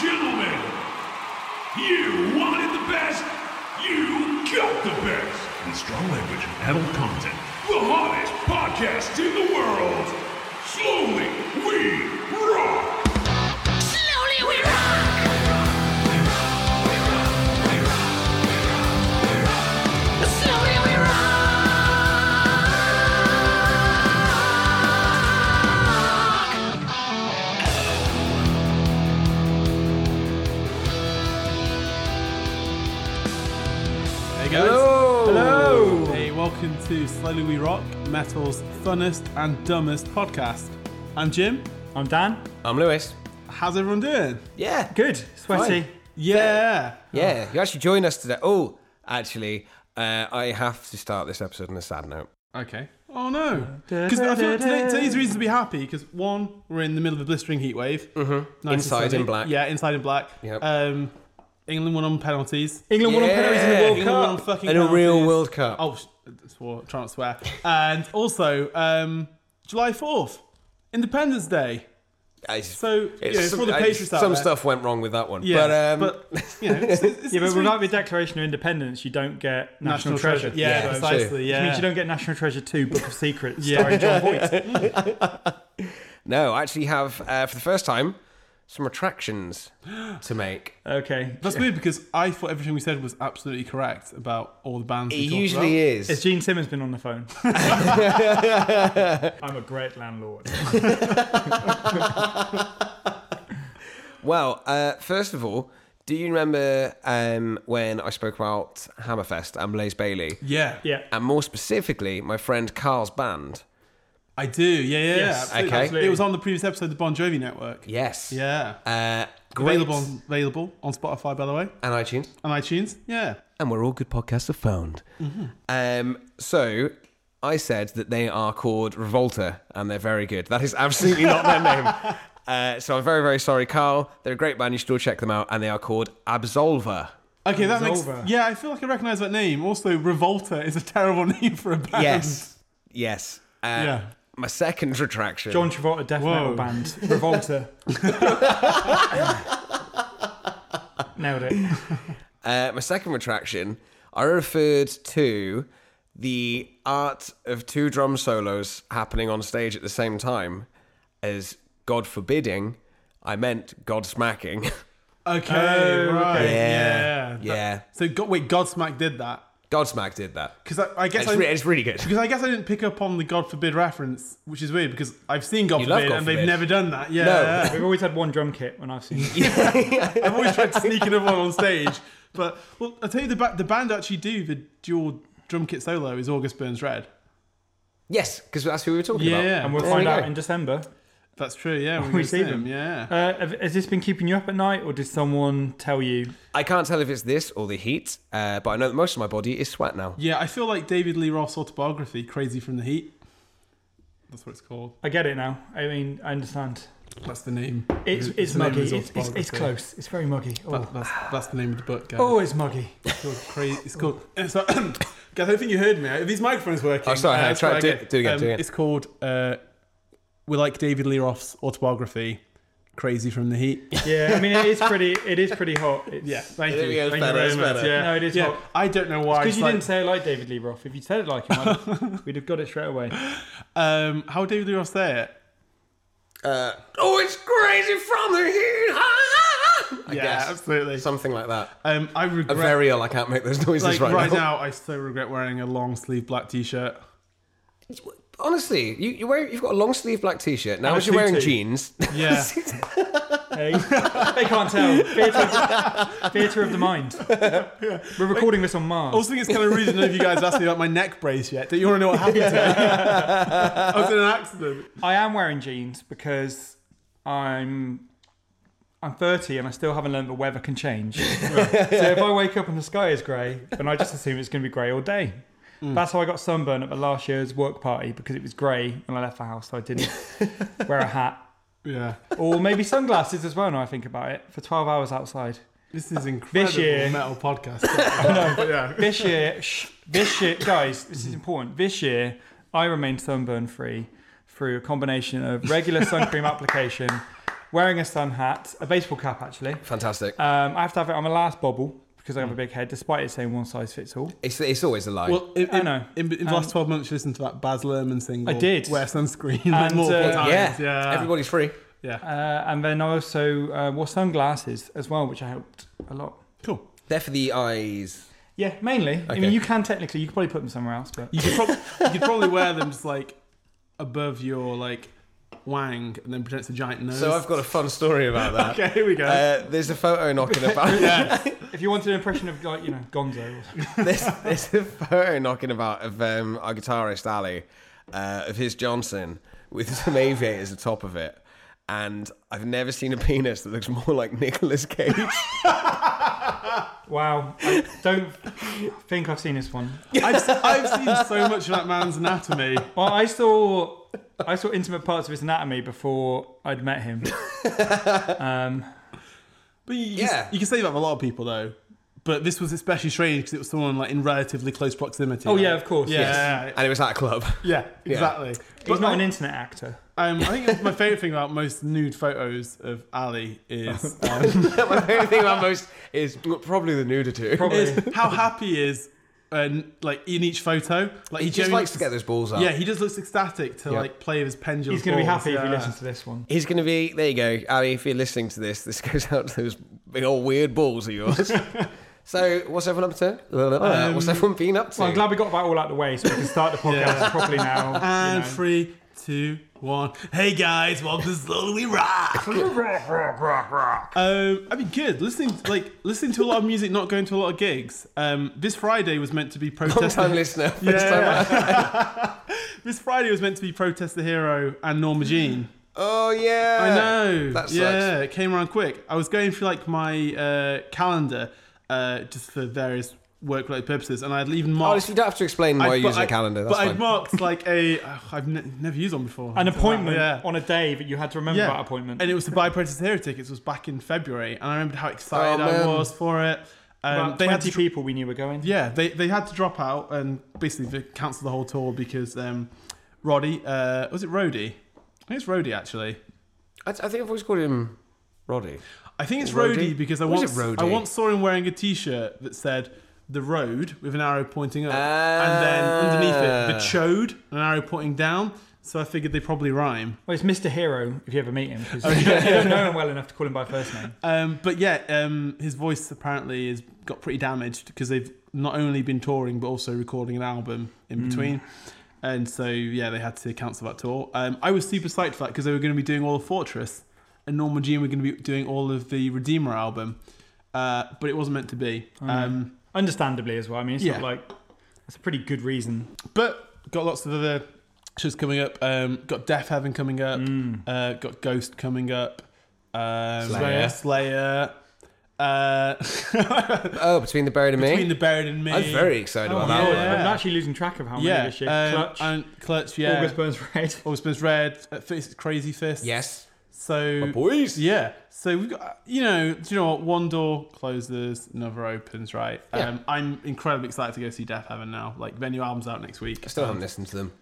Gentlemen, you wanted the best, you got the best. In strong language and adult content, the hottest podcast in the world. Slowly, we rock. Slowly we rock! Slowly we rock! Hey guys. Hello. Hello. Hey, welcome to Slowly We Rock, metal's funnest and dumbest podcast. I'm Jim. I'm Dan. I'm Lewis. How's everyone doing? Yeah. Good. Sweaty. Oh. Fine. Yeah. Yeah. You actually joined us today. Oh, actually, uh, I have to start this episode on a sad note. Okay. Oh no. Because I feel today, today's reason to be happy because one, we're in the middle of a blistering heat wave. Mm-hmm. Inside in black. Yeah, inside in black. Yep. Um, England won on penalties. England won on Yeah. penalties in the World England won on Cup. fucking In a real penalties. World Cup. Oh, sh- swore, try not to swear. And also, um, July 4th, Independence Day. I- So, yeah, it's for the I- Patriots out some there. stuff went wrong with that one. Yeah, but, um, you know, it's, it's, Yeah, it's but really- without the Declaration of Independence, you don't get National, Treasure. Yeah, Yeah, true. precisely. Which Yeah. means you don't get National Treasure 2, Book of Secrets, Yeah. starring John Voight. no, I actually have, uh, for the first time, some retractions to make. Uh, Okay. That's weird because I thought everything we said was absolutely correct about all the bands. It we talked usually about. is. Has Gene Simmons been on the phone? I'm a great landlord. Well, uh, first of all, do you remember um, when I spoke about Hammerfest and Blaze Bailey? Yeah, Yeah. And more specifically, my friend Carl's band. I do. Yeah, yeah. Yes, yeah absolutely. okay. It was on the previous episode of the Bon Jovi Network. Yes. Yeah. Uh, great. Available on, available on Spotify, by the way, And iTunes. and iTunes. Yeah. and where all good podcasts are found. Um, so I said that they are called Revolta and they're very good. That is absolutely not their name. Uh, so I'm very, very sorry, Carl. They're a great band. You should all check them out. And they are called Absolver. Okay, that makes. Revolver. Yeah, I feel like I recognize that name. Also, Revolta is a terrible name for a band. Yes. Yes. Uh, Yeah. My second retraction. John Travolta death Whoa. metal band. Revolta. Nailed it. Uh, my second retraction, I referred to the art of two drum solos happening on stage at the same time as God forbidding. I meant God smacking. Okay. Oh, right. okay. Yeah. Yeah. So, God, wait, Godsmack did that Godsmack did that. because I, I guess It's, I, re- it's really good. Because I guess I didn't pick up on the God forbid reference, which is weird because I've seen God You love forbid God and they've forbid. never done that. Yeah, No. yeah. We've always had one drum kit when I've seen it. I've always tried to sneak another one on stage. But well, I tell you, the, ba- the band actually do the dual drum kit solo is August Burns Red. Yes, because that's who we were talking Yeah, about. yeah. And we'll There find we out go. in December. That's true. Yeah, when We go see see them. Yeah. Uh, have- has this been keeping you up at night, or did someone tell you? I can't tell if it's this or the heat, uh, but I know that most of my body is sweat now. yeah, I feel like David Lee Roth's autobiography, Crazy from the Heat. That's what it's called. I get it now. I mean, I understand. That's the name. It's It's it's, the name of muggy. his It's, it's, it's autobiography. close. It's very muggy. That- Oh, that's, that's the name of the book, guys. oh it's muggy. It's called crazy. It's called. uh, So, guys, I don't think you heard me. Uh, Are these microphones working? Oh, sorry, hang on, that's try- what I do- get. Um, do again, do again. It's called. Uh, we like David Lee Roth's autobiography, "Crazy from the Heat." Yeah, I mean, it is pretty. It is pretty hot. It's, Yeah, thank There you. we go, Thank better, you it's very much. better. Yeah. No, it is Yeah, hot. Oh, I don't know why. Because it's you like- didn't say it like David Lee Roth. If you'd said it like him, I'd have- we'd have got it straight away. um, how would David Lee Roth say it? Uh, oh, it's crazy from the heat. ah! I yeah, guess. absolutely. Something like that. Um, I regret. I'm very ill. I can't make those noises like, right, right now, I so regret wearing a long sleeve black T-shirt. Honestly, you, you wear, you've got a long sleeve black t shirt. Now, a as you're wearing tutu. jeans, Yeah. Hey? they can't tell. Theatre of, theatre of the mind. We're recording this on Mars. also think it's kind of rude to know if you guys asked me about my neck brace yet. Don't you want to know what happened to it? I was in an accident. I am wearing jeans because I'm I'm 30 and I still haven't learned the weather can change. So if I wake up and the sky is grey, then I just assume it's going to be grey all day. That's how I got sunburned at the last year's work party because it was grey when I left the house, so I didn't wear a hat Yeah. Oh, or maybe sunglasses as well. Now I think about it, for 12 hours outside. This is incredible year- metal podcast. I know, yeah. This year, shh, this year, guys, this is important. This year, I remained sunburn free through a combination of regular sun cream application. wearing a sun hat, a baseball cap actually. Fantastic. Uh, Um, I have to have it on my last bobble because I Mm. have a big head, despite it saying one size fits all. It's, it's always a lie. Well, in, I in- know. In, in the last 12 months, you listened to that Baz Luhrmann single. I did. Wear sunscreen like, And, multiple uh, times. yeah. yeah. Everybody's free. yeah. Uh, and then I also uh, wore sunglasses as well, which I helped a lot. Cool. They're for the eyes. Yeah, mainly. I Okay. mean, you can technically, you could probably put them somewhere else, but You could, prob- you could probably wear them just like above your like wang and then pretend it's a giant nose. So I've got a fun story about that. Okay, here we go. Uh, there's a photo knocking about. if you wanted an impression of like you know Gonzo, or something. there's, there's a photo knocking about of um, our guitarist Ali, uh, of his Johnson with some aviators atop of it. And I've never seen a penis that looks more like Nicolas Cage. wow, I don't think I've seen this one. I've, I've seen so much of that man's anatomy. Well, Oh, I saw I saw intimate parts of his anatomy before I'd met him. Um, But you, you- Yeah. you can say that of a lot of people though. But this was especially strange because it was someone like in relatively close proximity. oh Like- yeah, of course. Yeah, yes. and it was at a club. yeah, exactly. He's But not I- an internet actor. Um, I think my favourite thing about most nude photos of Ali is, um, My favorite thing about most is probably the nudity. Probably. is how happy he is, and like in each photo, like he, He just genuinely likes to looks- get those balls out. Yeah, he just looks ecstatic to like play with his pendulum. He's going to be happy yeah. if he listens to this one. He's going to be, there you go, Ali, if you're listening to this, this goes out to those big old weird balls of yours. so, what's everyone up to? Um, Uh, what's everyone been up to? Well, I'm glad we got that all out of the way so we can start the podcast Yeah. properly now. you And know. three, two, one. Hey guys, welcome to Slowly Rock. um, I mean, good. Listening, like listening to a lot of music, not going to a lot of gigs. Um, this Friday was meant to be Long protest. time listener. first Yeah. time out. this Friday was meant to be protest the hero and Norma Jean. Oh, yeah. I know. Mm. That sucks. yeah, it came around quick. I was going through like my uh, calendar uh, just for various work-related purposes, and I'd even Oh, marked. you don't have to explain why I'd- you're but using I- a calendar. That's but fine. I'd marked like a oh, I've ne- never used one before. An appointment Yeah. on a day that you had to remember Yeah. that appointment. And it was to buy Protest Hero tickets. Was back in February, and I remembered how excited Oh, I man. was for it. Um, About they 20 had to dr- people we knew were going. yeah, they they had to drop out and basically they cancel the whole tour because um, Roddy uh, was it Roddy? I think it's Roddy actually. I, I think I've always called him Roddy. I think it's Roadie? Roadie because I Or is once it Roadie? I once saw him wearing a T-shirt that said "the road" with an arrow pointing up, Ah. and then underneath it "the chode" and an arrow pointing down. So I figured they probably rhyme. Well, it's Mr. Hero if you ever meet him because you don't know him well enough to call him by first name. Um, but yeah, um, his voice apparently has got pretty damaged because they've not only been touring but also recording an album Hmm. in between. And so yeah, they had to cancel that tour. Um, I was super psyched for that because they were going to be doing all of Fortress, and Norma Jean were going to be doing all of the Redeemer album, uh, but it wasn't meant to be. Hmm. Um, Understandably as well. I mean, it's Yeah. not like that's a pretty good reason. But got lots of other shows coming up. Um, got Death Heaven coming up. Mm. Uh, got Ghost coming up. Um, Slayer. Slayer. Uh, Oh, between the buried and me. Between the Buried and Me. I'm very excited Oh, about yeah. that one. I'm actually losing track of how many yeah. this year. um, Clutch, And Clutch. Yeah. August Burns Red. August Burns Red. uh, Fist, Crazy Fist. Yes, So. boys. Yeah. So we've got, you know, do you know what? One door closes, another opens, right? Yeah. Um, I'm incredibly excited to go see Death Heaven now. Like, their new album's out next week. I still haven't listened to them.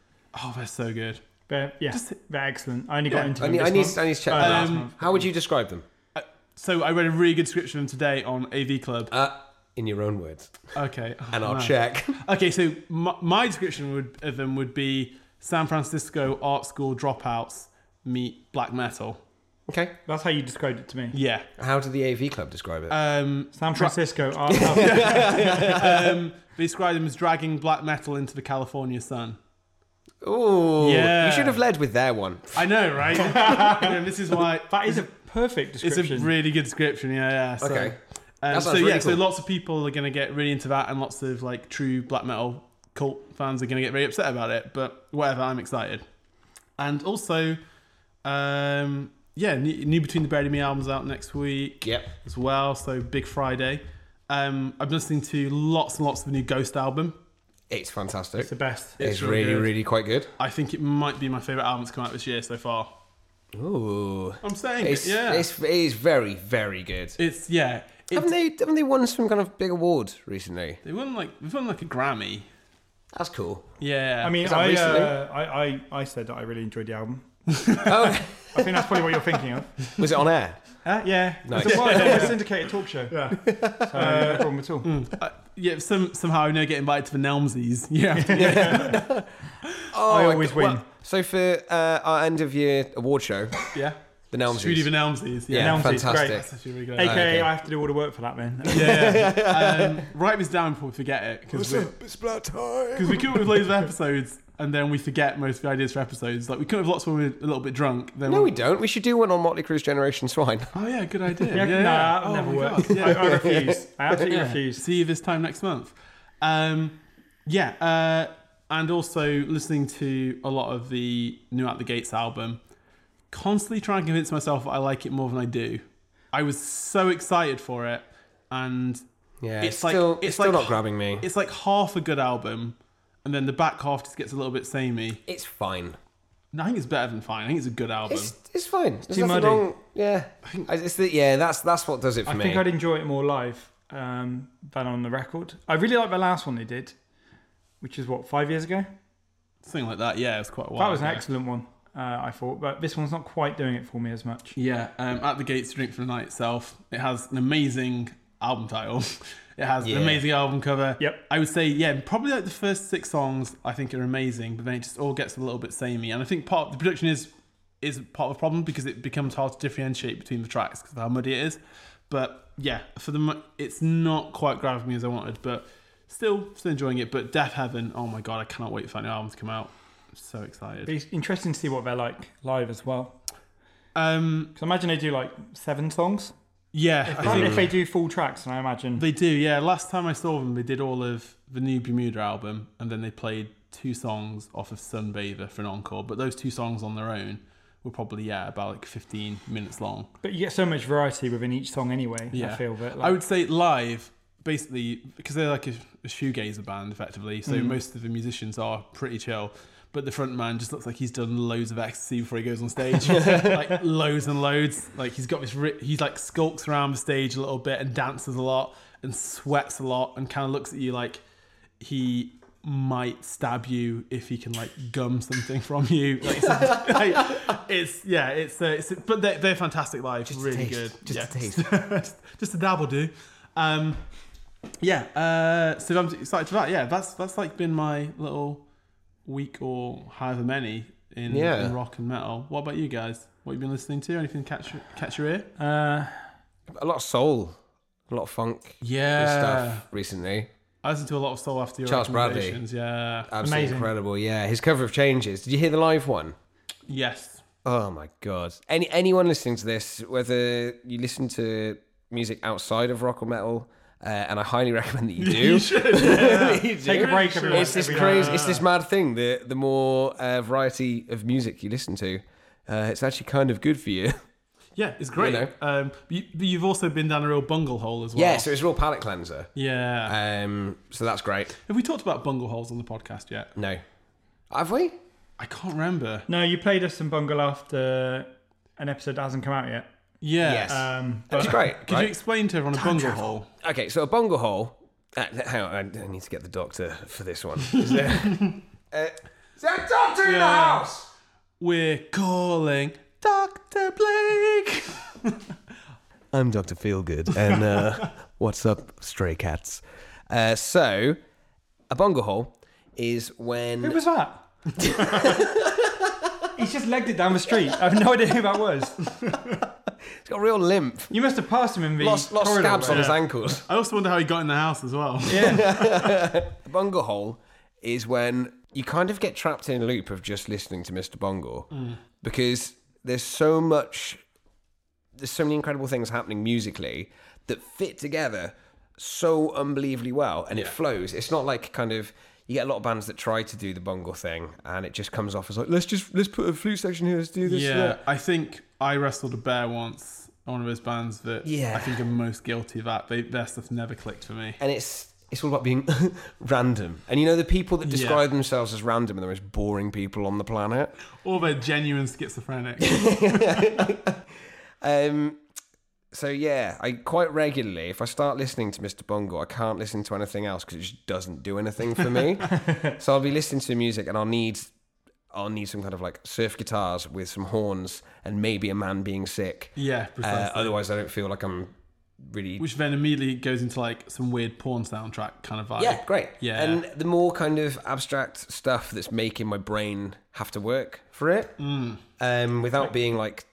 Oh, they're so good. But yeah, they're excellent. I only got Yeah. into I them need, I this need, month. I need to Um, check Oh, that last out. month. How would you describe them? So I read a really good description of them today on AV Club. Uh, in your own words, Okay, Oh, and I'll man. check. Okay, so my, my description would, of them would be San Francisco art school dropouts meet black metal. okay. That's how you described it to me. Yeah. How did the AV Club describe it? Um, San Francisco. art house. they described them as dragging black metal into the California sun. Ooh, yeah. you should have led with their one. I know, right? You know, this is why that is a perfect it's a description. really good description. Yeah, yeah. So, Okay. Um, That so sounds yeah, really so cool. lots of people are going to get really into that, and lots of like true black metal cult fans are going to get very upset about it. But whatever, I'm excited. And also, um, yeah, new, new Between the Buried and Me albums out next week Yep. as well. So big Friday. Um, I've been listening to lots and lots of the new Ghost album. It's fantastic. it's the best. It's really really, good. really quite good. I think it might be my favorite album that's come out this year so far. Ooh, I'm saying, it's, it, yeah, it's it is very, very good. it's yeah, it's, haven't they? Haven't they won some kind of big award recently? they won like they've won like a Grammy. That's cool. Yeah. I mean, that I, recently? uh, I, I, I said that I really enjoyed the album. Oh, I think that's probably what you're thinking of. was it on air? Uh, yeah, Nice. it's a, wide- it's a syndicated talk show. Yeah, so, no problem at all. Uh, yeah, some, somehow you know get invited to the Nelmsies. Yeah. Oh, I my always God. win. so for uh, our end of year award show, yeah. the Nelmsies. Trudy Van Elmsies. Yeah. yeah, Nelmsies, great. fantastic. That's actually really good. Uh, AKA, okay. I have to do all the work for that then. yeah. yeah. Um, write this down before we forget it because we It's about time. because we come up with loads of episodes and then we forget most of the ideas for episodes. Like we come up with lots when we're a little bit drunk. Then No, we we don't. We should do one on Motley Crue's Generation Swine. Oh yeah, good idea. Yeah, Yeah, nah, yeah. that Oh, never my works. God, I, Yeah. I refuse. I absolutely Yeah. refuse. See you this time next month. Um, yeah, uh, and also listening to a lot of the New Out the Gates album. Constantly trying to convince myself that I like it more than I do. I was so excited for it, and Yeah, It's it's, like- still, it's it's still like- not grabbing me. it's like half a good album, and then the back half just gets a little bit samey. It's fine. And I think it's better than fine. I think it's a good album. It's, it's fine. There's Too nothing muddy. wrong. Yeah, I- it's the, yeah. That's that's what does it for I me. think I'd enjoy it more live um, than on the record. I really like the last one they did, which is what five years ago. Something like that. Yeah, it's quite a while. That was an ago. excellent one, uh, I thought. But this one's not quite doing it for me as much. Yeah, um, At the Gates to Drink for the Night itself, it has an amazing album title. It has Yeah. an amazing album cover. Yep. I would say, yeah, probably like the first six songs I think are amazing, but then it just all gets a little bit samey. And I think part the production is is part of the problem because it becomes hard to differentiate between the tracks because of how muddy it is. But yeah, for the mo- it's not quite grabbing me as I wanted, but still still enjoying it. But Death Heaven, oh my god, I cannot wait for that new album to come out. I'm so excited. It's interesting to see what they're like live as well. Um, Because I imagine they do like seven songs. yeah, I I think if they do full tracks, and I imagine They do, yeah. Last time I saw them, they did all of the new Bermuda album, and then they played two songs off of Sunbather for an encore. But those two songs on their own were probably yeah about like 15 minutes long. But you get so much variety within each song anyway. Yeah, I feel that. I Like, would say live, basically, because they're like a, a shoegazer band effectively. So Mm. most of the musicians are pretty chill. But the front man just looks like he's done loads of ecstasy before he goes on stage, like loads and loads. Like he's got this, ri- he like skulks around the stage a little bit and dances a lot and sweats a lot and kind of looks at you like he might stab you if he can like gum something from you. Like, it's, like, it's- yeah, it's, uh, it's but they're, they're fantastic live, really taste. good. Just yeah. a taste. just, just a dab will do. Um, yeah, uh, so I'm excited for that. Yeah, that's that's like been my little week or however many in, Yeah. in rock and metal. What about you guys? What you been listening to? Anything catch your- catch your ear? uh, a lot of soul, a lot of funk stuff recently. I listened to a lot of soul after your Charles Bradley. Uh, recommendations. Yeah, Absolutely Amazing. incredible. Yeah, his cover of Changes. Did you hear the live one? yes, Oh my god! Any anyone listening to this, whether you listen to music outside of rock or metal, uh, and I highly recommend that you do. you should. You do. take a break. Everyone. It's this every crazy. now It's this mad thing. The the more uh, variety of music you listen to, uh, it's actually kind of good for you. Yeah, it's great. You know. Um, but you, but you've also been down a real bungle hole as well. Yeah, so it's a real palate cleanser. yeah. Um, so that's great. Have we talked about bungle holes on the podcast yet? No, have we? I can't remember. No, you played us some bungle after an episode that hasn't come out yet. Yeah. uh, Yes. Um, That's great. Could you right? explain to everyone a bungle hole? Okay, so a bungle hole. Uh, hang on, I- I need to get the doctor for this one. Is there? uh, is there a doctor in the house? We're calling Dr. Blake. I'm Dr. Feelgood, and uh, what's up, stray cats? Uh, so, a bungle hole is when. who was that? He's just legged it down the street. I have no idea who that was. It's got real limp. You must have passed him in the Lots, lots corridor. scabs on right? his ankles. I also wonder how he got in the house as well. Yeah. A bungle hole is when you kind of get trapped in a loop of just listening to Mr. Bungle because there's so much, there's so many incredible things happening musically that fit together so unbelievably well and it flows. It's not like kind of. You get a lot of bands that try to do the bungle thing, and it just comes off as like, let's just let's put a flute section here, let's do this. Yeah, that. I think I wrestled a bear once. One of those bands that Yeah. I think are most guilty of that. They, their stuff never clicked for me. and it's it's all about being random. And you know the people that describe themselves as random are the most boring people on the planet. Or they're genuine schizophrenic. Um, so yeah, I quite regularly, if I start listening to Mr. Bungle, I can't listen to anything else because it just doesn't do anything for me. so I'll be listening to music, and I'll need, I'll need some kind of like surf guitars with some horns and maybe a man being sick. Yeah, Uh, precisely. otherwise, I don't feel like I'm really Which then immediately goes into like some weird porn soundtrack kind of vibe. Yeah, great. Yeah. And the more kind of abstract stuff that's making my brain have to work for it um, without being like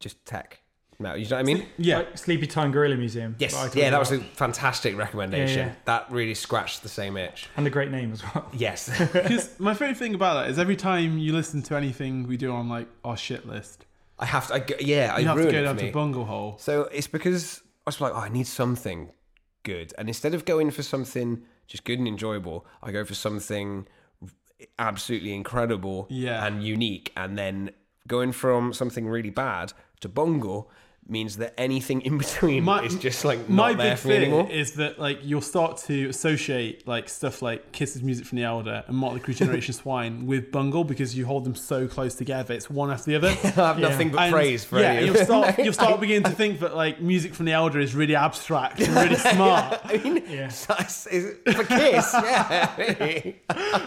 just tech. No, you know what I mean? yeah. Like Sleepy Time Gorilla Museum. Yes. I talked Yeah, that was about. a fantastic recommendation. Yeah, yeah. That really scratched the same itch. and a great name as well. Yes. Because my favorite thing about that is every time you listen to anything we do on like our shit list, I have to, I, go- yeah, I you have to ruined go it for down me. to Bungle Hole. So it's because I was like, oh, I need something good. And instead of going for something just good and enjoyable, I go for something absolutely incredible Yeah. and unique. And then going from something really bad to bungle means that anything in between My- is just like my not there big for me thing anymore. is that like you'll start to associate like stuff like Kisses Music from the Elder and Motley Crue Generation Swine with Bungle because you hold them so close together. It's one after the other. I have nothing but And, praise for yeah, any of you'll it. start you'll start beginning to think that like music from the elder is really abstract and really smart. I mean, Yeah. it's- it's- for Kiss, yeah.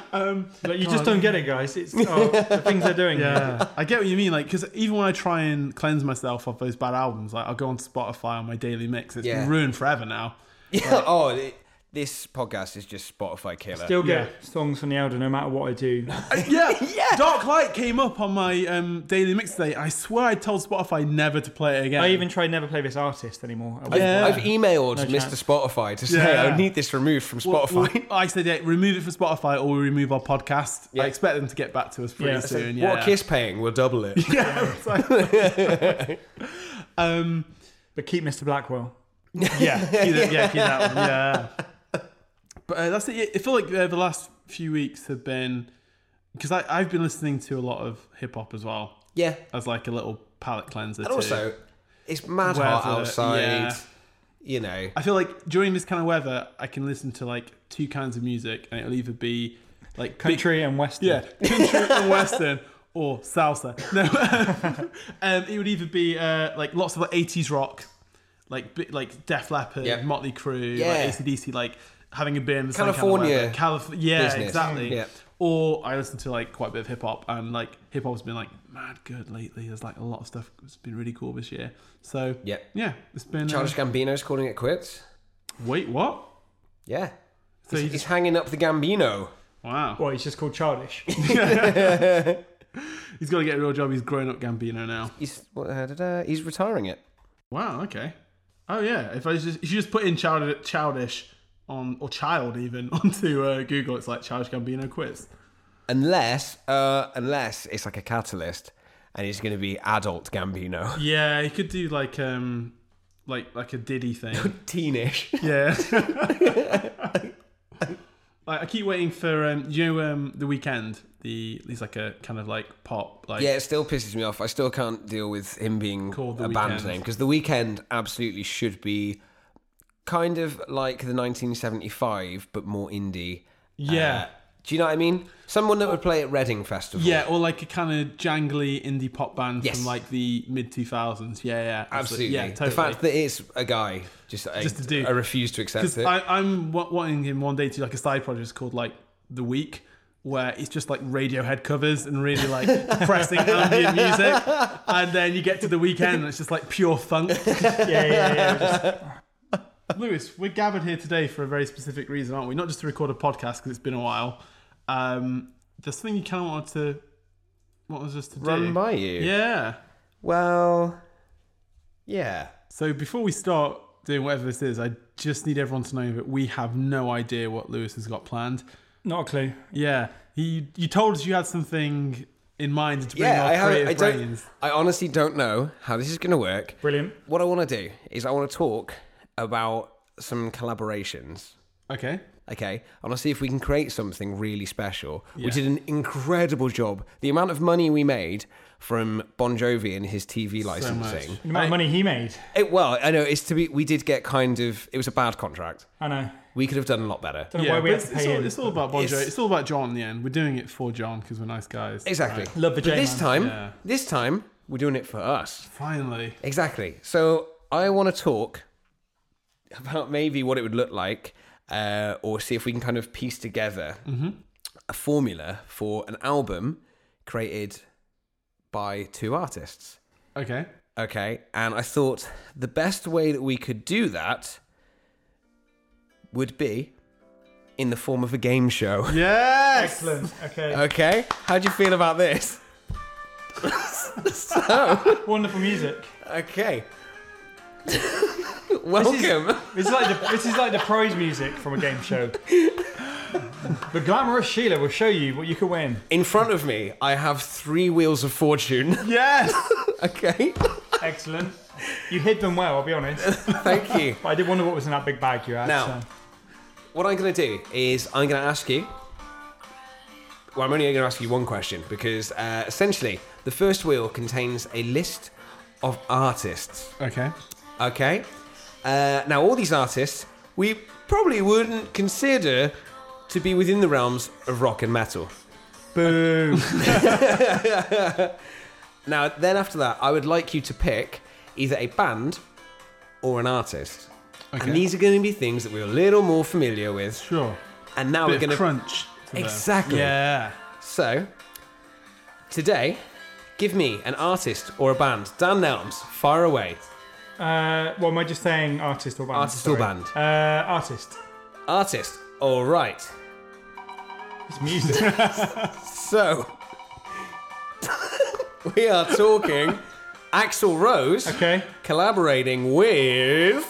Like, you just don't get it, guys. It's oh, the things they're doing. Yeah, I get what you mean. Like, because even when I try and cleanse myself of those bad albums, like I'll go on Spotify on my daily mix. It's Yeah. been ruined forever now. yeah. Oh, it- this podcast is just Spotify killer. Still get Yeah. songs from the Elder no matter what I do. yeah, Dark Light came up on my um, daily mix today. I swear I told Spotify never to play it again. I even tried Never Play This Artist anymore. I was Yeah. I've emailed Mr. chance. Spotify to say Yeah. I need this removed from Well, Spotify. well, I said, yeah, remove it from Spotify or we remove our podcast. I expect them to get back to us pretty Yeah, so soon. yeah. What Kiss paying? We'll double it. Um, But keep Mr. Blackwell. yeah, keep that, yeah, keep that one. Yeah. But uh, that's it. I feel like uh, the last few weeks have been because I've been listening to a lot of hip hop as well yeah. as like a little palate cleanser. And also, it's mad Weather, hot outside. yeah. You know. I feel like during this kind of weather, I can listen to like two kinds of music, and it'll either be like big- Country and Western. yeah, country and western. Or salsa. No, um, it would either be uh, like lots of like eighties rock, like bi- like Def Leppard, Yeah. Motley Crue, Yeah. like ACDC, like having a beer in the California Same kind of weather. Calif- yeah, business. exactly. Yeah. Or I listen to like quite a bit of hip hop, and like hip hop's been like mad good lately. There's like a lot of stuff that's been really cool this year. So Yeah. yeah, it's been. uh, Childish Gambino's calling it quits. wait, what? Yeah. So he's, you he's just hanging up the Gambino. wow. Well, it's just called Childish. He's got to get a real job. He's grown up Gambino now. He's what, uh, da, da, he's retiring it. Wow. Okay. Oh yeah. If I just if you just put in child, childish on or child even onto uh, Google, it's like childish Gambino quiz. Unless uh unless it's like a catalyst and he's gonna be adult Gambino. Yeah, he could do like um like like a Diddy thing. Teenish. yeah. I I keep waiting for um, you know um, the weekend. The he's like a kind of like pop like Yeah, it still pisses me off. I still can't deal with him being Called The a Weeknd. band name because the weekend absolutely should be kind of like the 1975, but more indie. yeah. Uh, do you know what I mean? Someone that would play at Reading Festival. Yeah, or like a kind of jangly indie pop band Yes. from like the mid 2000s. Yeah, yeah. absolutely. Yeah, totally. The fact that it's a guy, just I, Just a dude. I refuse to accept it. I, I'm w- wanting him one day to do like a side project called like The Week, where it's just like Radiohead covers and really like depressing ambient music, and then you get to the weekend and it's just like pure funk. yeah, yeah, yeah. Lewis, we're gathered here today for a very specific reason, aren't we? Not just to record a podcast because it's been a while. Um, there's something you kind of wanted to what was us to do. Run by you. yeah. Well, yeah. So before we start doing whatever this is, I just need everyone to know that we have no idea what Lewis has got planned. Not a clue. Yeah, he you told us you had something in mind to bring Yeah, our I, have, creative I don't. brains. I honestly don't know how this is going to work. Brilliant. What I want to do is I want to talk about some collaborations. Okay. Okay, I want to see if we can create something really special. We did an incredible job. The amount of money we made from Bon Jovi and his TV licensing. The amount of money he made. It, well, I know it's to be. We did get kind of. It was a bad contract. I know. We could have done a lot better. Don't know Yeah, why but we had it's, to it's, pay all, him. it's all about Bon Jovi. It's- It's all about John in the end. We're doing it for John because we're nice guys. Exactly. Right. Love the but this J-Man. time, Yeah. this time we're doing it for us. Finally. Exactly. So I want to talk about maybe what it would look like, uh, or see if we can kind of piece together a formula for an album created by two artists. Okay. Okay, and I thought the best way that we could do that would be in the form of a game show. Yes. Excellent. Okay. Okay, how do you feel about this? so, Wonderful music. okay. Welcome. This is like the, this is like the prize music from a game show. the glamorous Sheila will show you what you can win. In front of me, I have three wheels of fortune. Yes. okay, Excellent. You hid them well. I'll be honest. thank you. But I did wonder what was in that big bag you had. Now. so. What I'm going to do is I'm going to ask you. Well, I'm only going to ask you one question because uh, essentially the first wheel contains a list of artists. Okay. Okay. Uh, now, all these artists we probably wouldn't consider to be within the realms of rock and metal. Boo. Now, then after that, I would like you to pick either a band or an artist. Okay. And these are going to be things that we're a little more familiar with. Sure. And now Bit we're of going to crunch. to them. Exactly. Yeah. So, today, give me an artist or a band. Dan Nelms, fire away. Uh, well, am I just saying artist or band? Artist or Sorry. band. Uh, artist. Artist, all right. It's music. So, we are talking Axel Rose okay. collaborating with.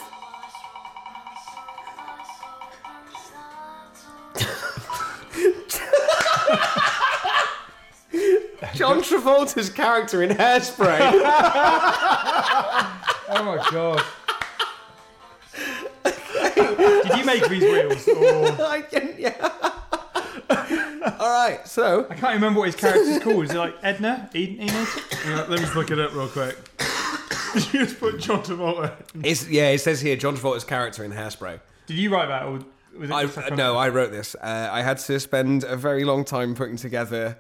John Travolta's character in Hairspray. Oh my god. Did you make these wheels? Or... I can- yeah. All right, so I can't remember what his character's called. Is it like Edna? Eden? Enid? Yeah, Let me just look it up real quick. you just put John Travolta. It's, yeah, it says here John Travolta's character in Hairspray. Did you write that, or was it I, just like a- no, I wrote this. Uh, I had to spend a very long time putting together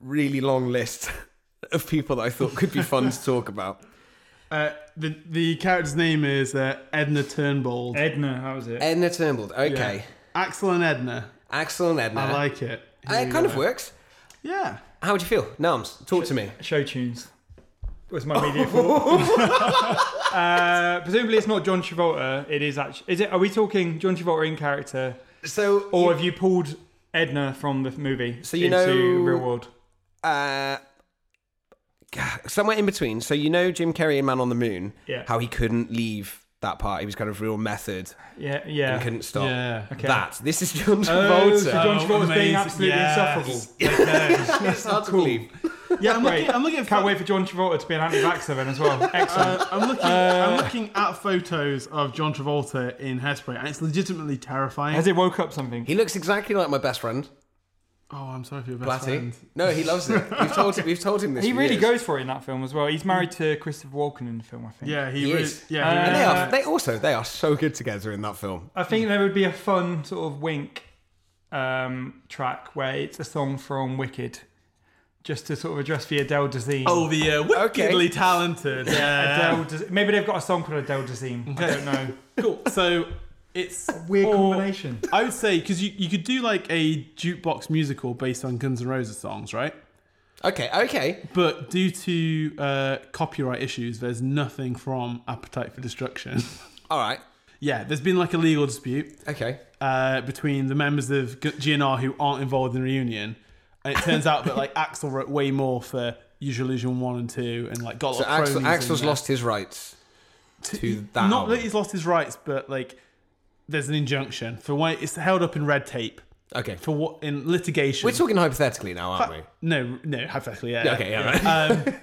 really long list of people that I thought could be fun to talk about. Uh, the the character's name is uh, Edna Turnbull. Edna, that was it. Edna Turnbull. Okay, Axel and Edna. Axel and Edna. I like it. Uh, it kind of works. Yeah. How would you feel, Nams? Talk to me. Show tunes. Was my media for? uh, presumably, it's not John Travolta. It is actually. Is it? Are we talking John Travolta in character, So, or have you pulled Edna from the movie So you into know- real world? uh, somewhere in between. So you know Jim Carrey in Man on the Moon. Yeah. How he couldn't leave that part. He was kind of real method Yeah, yeah. and couldn't stop. Yeah. Okay. That. This is John Oh, Travolta. so John Oh, Travolta's being amazing. absolutely Yes. insufferable. it's hard to believe. Yeah. I'm Great. looking. I'm looking at. Can't wait for John Travolta to be an anti-vaxxer then as well. Excellent. Uh, I'm looking. I'm looking at photos of John Travolta in Hairspray, and it's legitimately terrifying. Has it woke up something? He looks exactly like my best friend, oh, I'm sorry for your best Blatty. friend. No, he loves it. We've told him. We've told him this. He for really years. goes for it in that film as well. He's married to Christopher Walken in the film, I think. Yeah, he, He really- is. Yeah, he Uh, And they really- are. They also. They are so good together in that film. I think there would be a fun sort of wink um, track where it's a song from Wicked, just to sort of address the Adele disease. oh, the uh, wickedly talented. Yeah, Adele disease. Maybe they've got a song called Adele disease. I don't know. cool. So it's Weird or- combination. I would say because you, you could do like a jukebox musical based on Guns N' Roses songs, right? Okay. Okay. But due to uh, copyright issues, there's nothing from Appetite for Destruction. All right. yeah, there's been like a legal dispute Okay. uh, between the members of G- GNR who aren't involved in the reunion, and it turns out that like Axel wrote way more for Usual Illusion one and two, and like got a lot So of cronies Axel, in Axel's there. lost his rights to that. Not album. that he's lost his rights, but like there's an injunction for why it's held up in red tape Okay. for what in litigation. Uh, We're talking hypothetically now, aren't we? no, no, hypothetically, yeah. Um, Okay. Yeah. Right.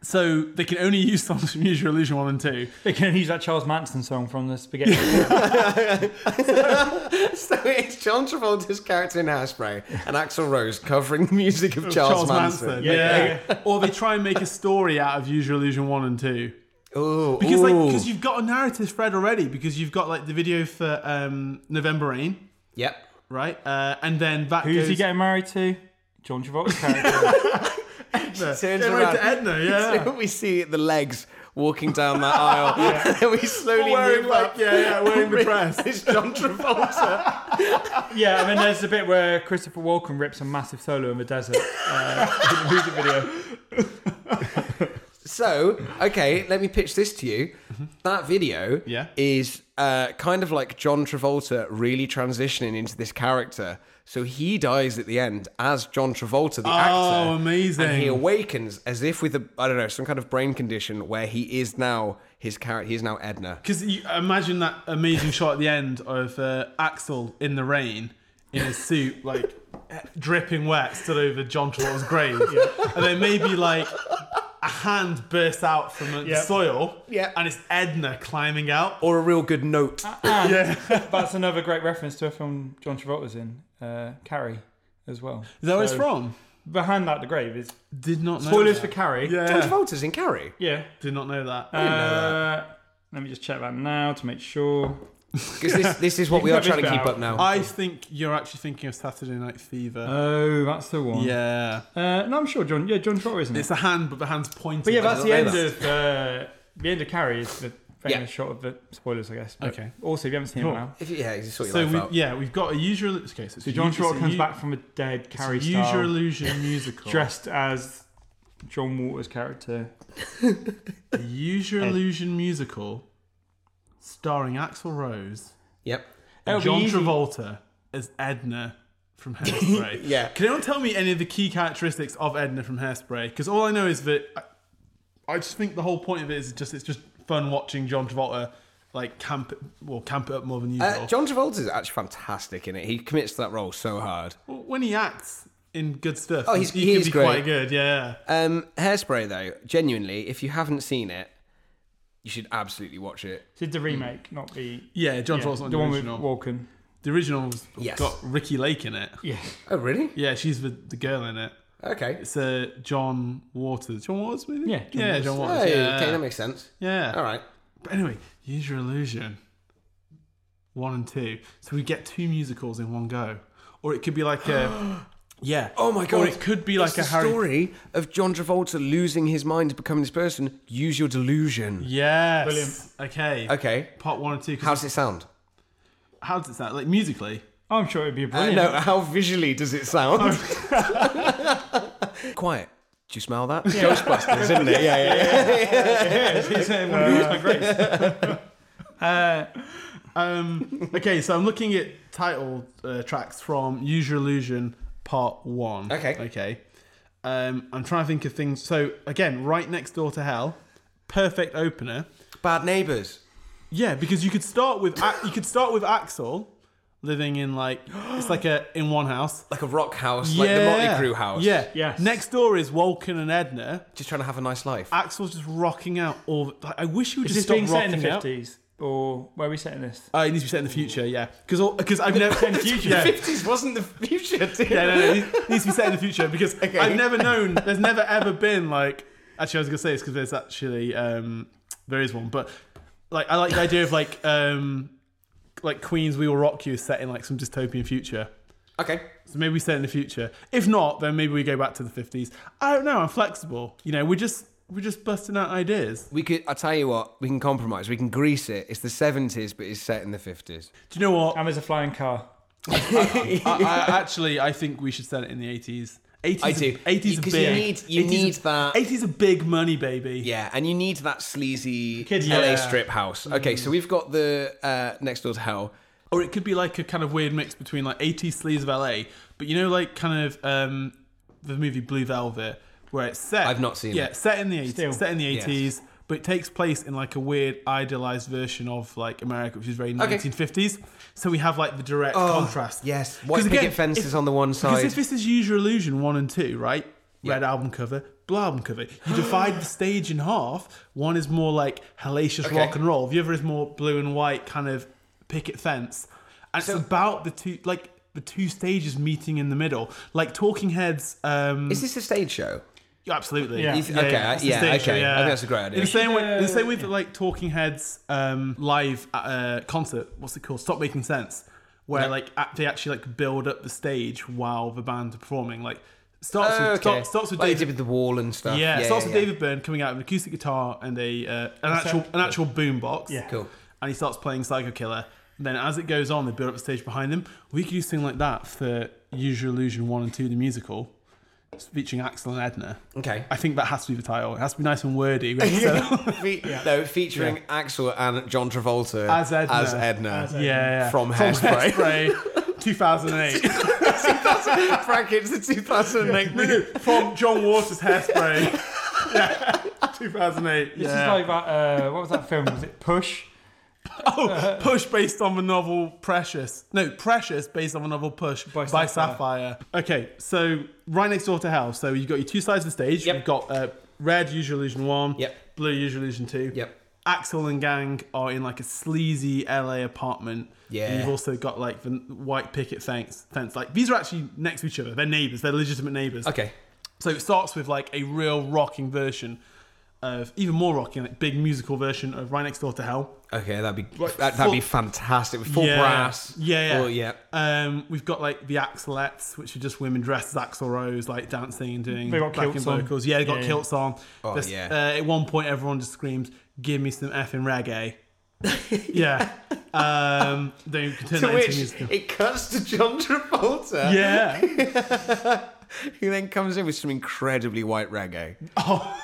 So they can only use songs from Usual Illusion one and two. They can use that Charles Manson song from the Spaghetti. so it's John Travolta's character in Hairspray and Axel Rose covering the music of Charles Charles, Manson. Manson. Yeah. or they try and make a story out of Usual Illusion one and two. Ooh, Because like ooh. because you've got a narrative thread already because you've got like the video for um, November Rain, Yep. right? Uh, and then that Who's goes he getting married to? John Travolta's character. Turns Get right around. to Edna, yeah. So we see the legs walking down that aisle. and we slowly Wearing move like up. yeah, yeah, wearing the press. It's John Travolta. Yeah, I mean, there's a bit where Christopher Walken rips a massive solo in the desert uh, in the music video. so, okay, let me pitch this to you. That video Yeah. is uh, kind of like John Travolta really transitioning into this character. So he dies at the end as John Travolta, the actor. Oh, amazing. And he awakens as if with a I don't know some kind of brain condition where he is now his character. He is now Edna. Because you imagine that amazing shot at the end of uh, Axel in the rain in his suit, like dripping wet, stood over John Travolta's grave, and then maybe like a hand bursts out from the Yep. soil, Yep. and it's Edna climbing out. Or a real good note. That's another great reference to a film John Travolta's in, uh, Carrie, as well. Is that where it's from? Behind that, the grave is Did not know. spoilers that. for Carrie. John Yeah, Travolta's in Carrie. yeah. did not know that. Uh, let me just check that now to make sure. Because this, this is what we can are cut this trying to bit keep out. up now. I think you're actually thinking of Saturday Night Fever. Oh, that's the one. yeah, Uh, no, I'm sure John. Yeah, John Trotter, isn't it's it? a hand, but the hand's pointing. But yeah, that's the I end didn't know of uh, the end of Carrie is the famous Yeah. shot of the spoilers, I guess. But Okay. Also, if you haven't seen Cool. it now, If you- yeah, you sort your So life we, out. yeah, we've got a usual. Okay, so, it's so John u- it's Trotter a comes u- back from a dead Carrie It's a Use Your style, Illusion musical. dressed as John Waters' character. The Use Your Ed. Illusion musical, starring Axl Rose, Yep. It'll and be John easy. Travolta as Edna from Hairspray. Yeah. Can anyone tell me any of the key characteristics of Edna from Hairspray? Because all I know is that I, I just think the whole point of it is just it's just fun watching John Travolta like camp well camp it up more than usual. Uh, John Travolta is actually fantastic in it. He commits to that role so hard. Well, when he acts in good stuff, Oh, he's- he, he can is be great. quite good. Yeah. Um, Hairspray, though, genuinely, if you haven't seen it, you should absolutely watch it. Did the remake, not the Yeah, John yeah, Travolta's not the the one with original. Walken. the original's Yes. got Ricky Lake in it. Yeah. Oh, really? Yeah, she's the, the girl in it. Okay. It's uh, John Waters. John Waters, maybe? Yeah, John yeah, Waters. John Waters. Hey, yeah. Okay, that makes sense. yeah. All right. But anyway, Use Your Illusion. One and two. So we get two musicals in one go. Or it could be like a. yeah. Oh my god! Or it could be like It's a the Harry. story of John Travolta losing his mind, becoming this person. Use your delusion. Yes. Brilliant. Okay. Okay. Part one and two. 'cause How's it sound? how does it sound? Like musically? I'm sure it'd be Uh, brilliant. no, how visually does it sound? Oh. Quiet. Do you smell that? Ghostbusters, isn't it? Yeah, yeah, yeah. It's, uh, one of the all-time greats. Um, okay, so I'm looking at title uh, tracks from Use Your Illusion Part 1. Okay. Okay. Um, I'm trying to think of things. So, again, right next door to hell. Perfect opener. Bad neighbours. Yeah, because you could start with A- you could start with Axel living in like it's like a in one house, Like a rock house, like the Motley Crue house. Yeah, Yes. Next door is Walken and Edna. Just trying to have a nice life. Axel's just rocking out all. The, like, I wish he would Is this just being stop set rocking in the out. 50s? Or where are we setting this? Uh, it needs to be set in the future, yeah. Because because I've never set in the future. Yeah. Fifties wasn't the future. Dude. yeah, no, no, it needs to be set in the future because I've never known. There's never ever been like. Actually, I was gonna say this because there's actually um, there is one, but like I like the idea of like um, like Queen's "We Will Rock You" is set in like some dystopian future. Okay. So maybe we set in the future. If not, then maybe we go back to the fifties. I don't know. I'm flexible. You know, we're just we're just busting out ideas. We could. I tell you what. We can compromise. We can grease it. It's the seventies, but it's set in the fifties. Do you know what? And there's a flying car. I, I, actually, I think we should set it in the eighties. Eighties. I do. Eighties. Because you need- you need that- Eighties a big money, baby. Yeah, and you need that sleazy Kids LA Yeah. strip house. Okay, so we've got the uh, next door to hell. Or it could be like a kind of weird mix between like 80s sleaze of LA, but you know, like kind of um, the movie Blue Velvet, where it's set. I've not seen yeah, it. set in the 80s, Still. set in the Yes. 80s, but it takes place in like a weird idealized version of like America, which is very 1950s. So we have like the direct Oh. contrast. Yes, white 'Cause picket again, fences if- on the one Because side. if this is Use Your Illusion one and two, right? Red album cover, blue album cover. You divide the stage in half. One is more like hellacious Okay. rock and roll. The other is more blue and white kind of picket fence. And it's about the two like the two stages meeting in the middle. Like Talking Heads um Is this a stage show? absolutely. Yeah. Is- okay, it's a yeah, stage show, okay. I think that's a great idea. In the same way in the same way that like Talking Heads um live uh concert, what's it called? Stop Making Sense. Where like like a- they actually like build up the stage while the band are performing like Starts with, start- starts with Uh, Oh, like they David. did with the wall and stuff. yeah, starts with yeah. David Byrne coming out with an acoustic guitar and a uh, an actual sound- an actual boom box. Yeah. Cool. And he starts playing Psycho Killer. And then as it goes on, they build up the stage behind them. We could do something like that for Usual Illusion One and Two, the musical, featuring Axel and Edna. Okay. I think that has to be the title. It has to be nice and wordy. We have to set it up. Fe- No, featuring Axel and John Travolta As Edna. As Edna. yeah, yeah. From Hairspray. Hairspray, 2008. Brackets the 2008 no, no, from John Waters' Hairspray. yeah, 2008. This yeah. is like that. Uh, what was that film? Was it Push? Oh, Push based on the novel Precious. No, Precious based on the novel Push by, Sapphire. Sapphire. Okay, so right next door to Hell. So you've got your two sides of the stage. Yep. You've got uh, Red, Usual Illusion 1. Yep. Blue, Usual Illusion 2. Yep. Axel and gang are in like a sleazy LA apartment. And Yeah. you've also got like the white picket fence. fence. Like these are actually next to each other. They're neighbors. They're legitimate neighbors. Okay. So it starts with like a real rocking version of even more rocking, like big musical version of Right Next Door to Hell. Okay, that'd be Right, that, full- that'd be fantastic. With full brass. Yeah, yeah. Oh, yeah. Um, we've got like the Axelettes, which are just women dressed as Axl Rose, like dancing and doing They got backing kilts on. vocals. Yeah, they got Yeah, yeah. kilts on. Oh, There's- yeah. Uh, at one point, everyone just screams, "Give me some effing reggae." yeah. Um, then you can turn To that into which music. it cuts to John Travolta, Yeah. who then comes in with some incredibly white reggae. Oh,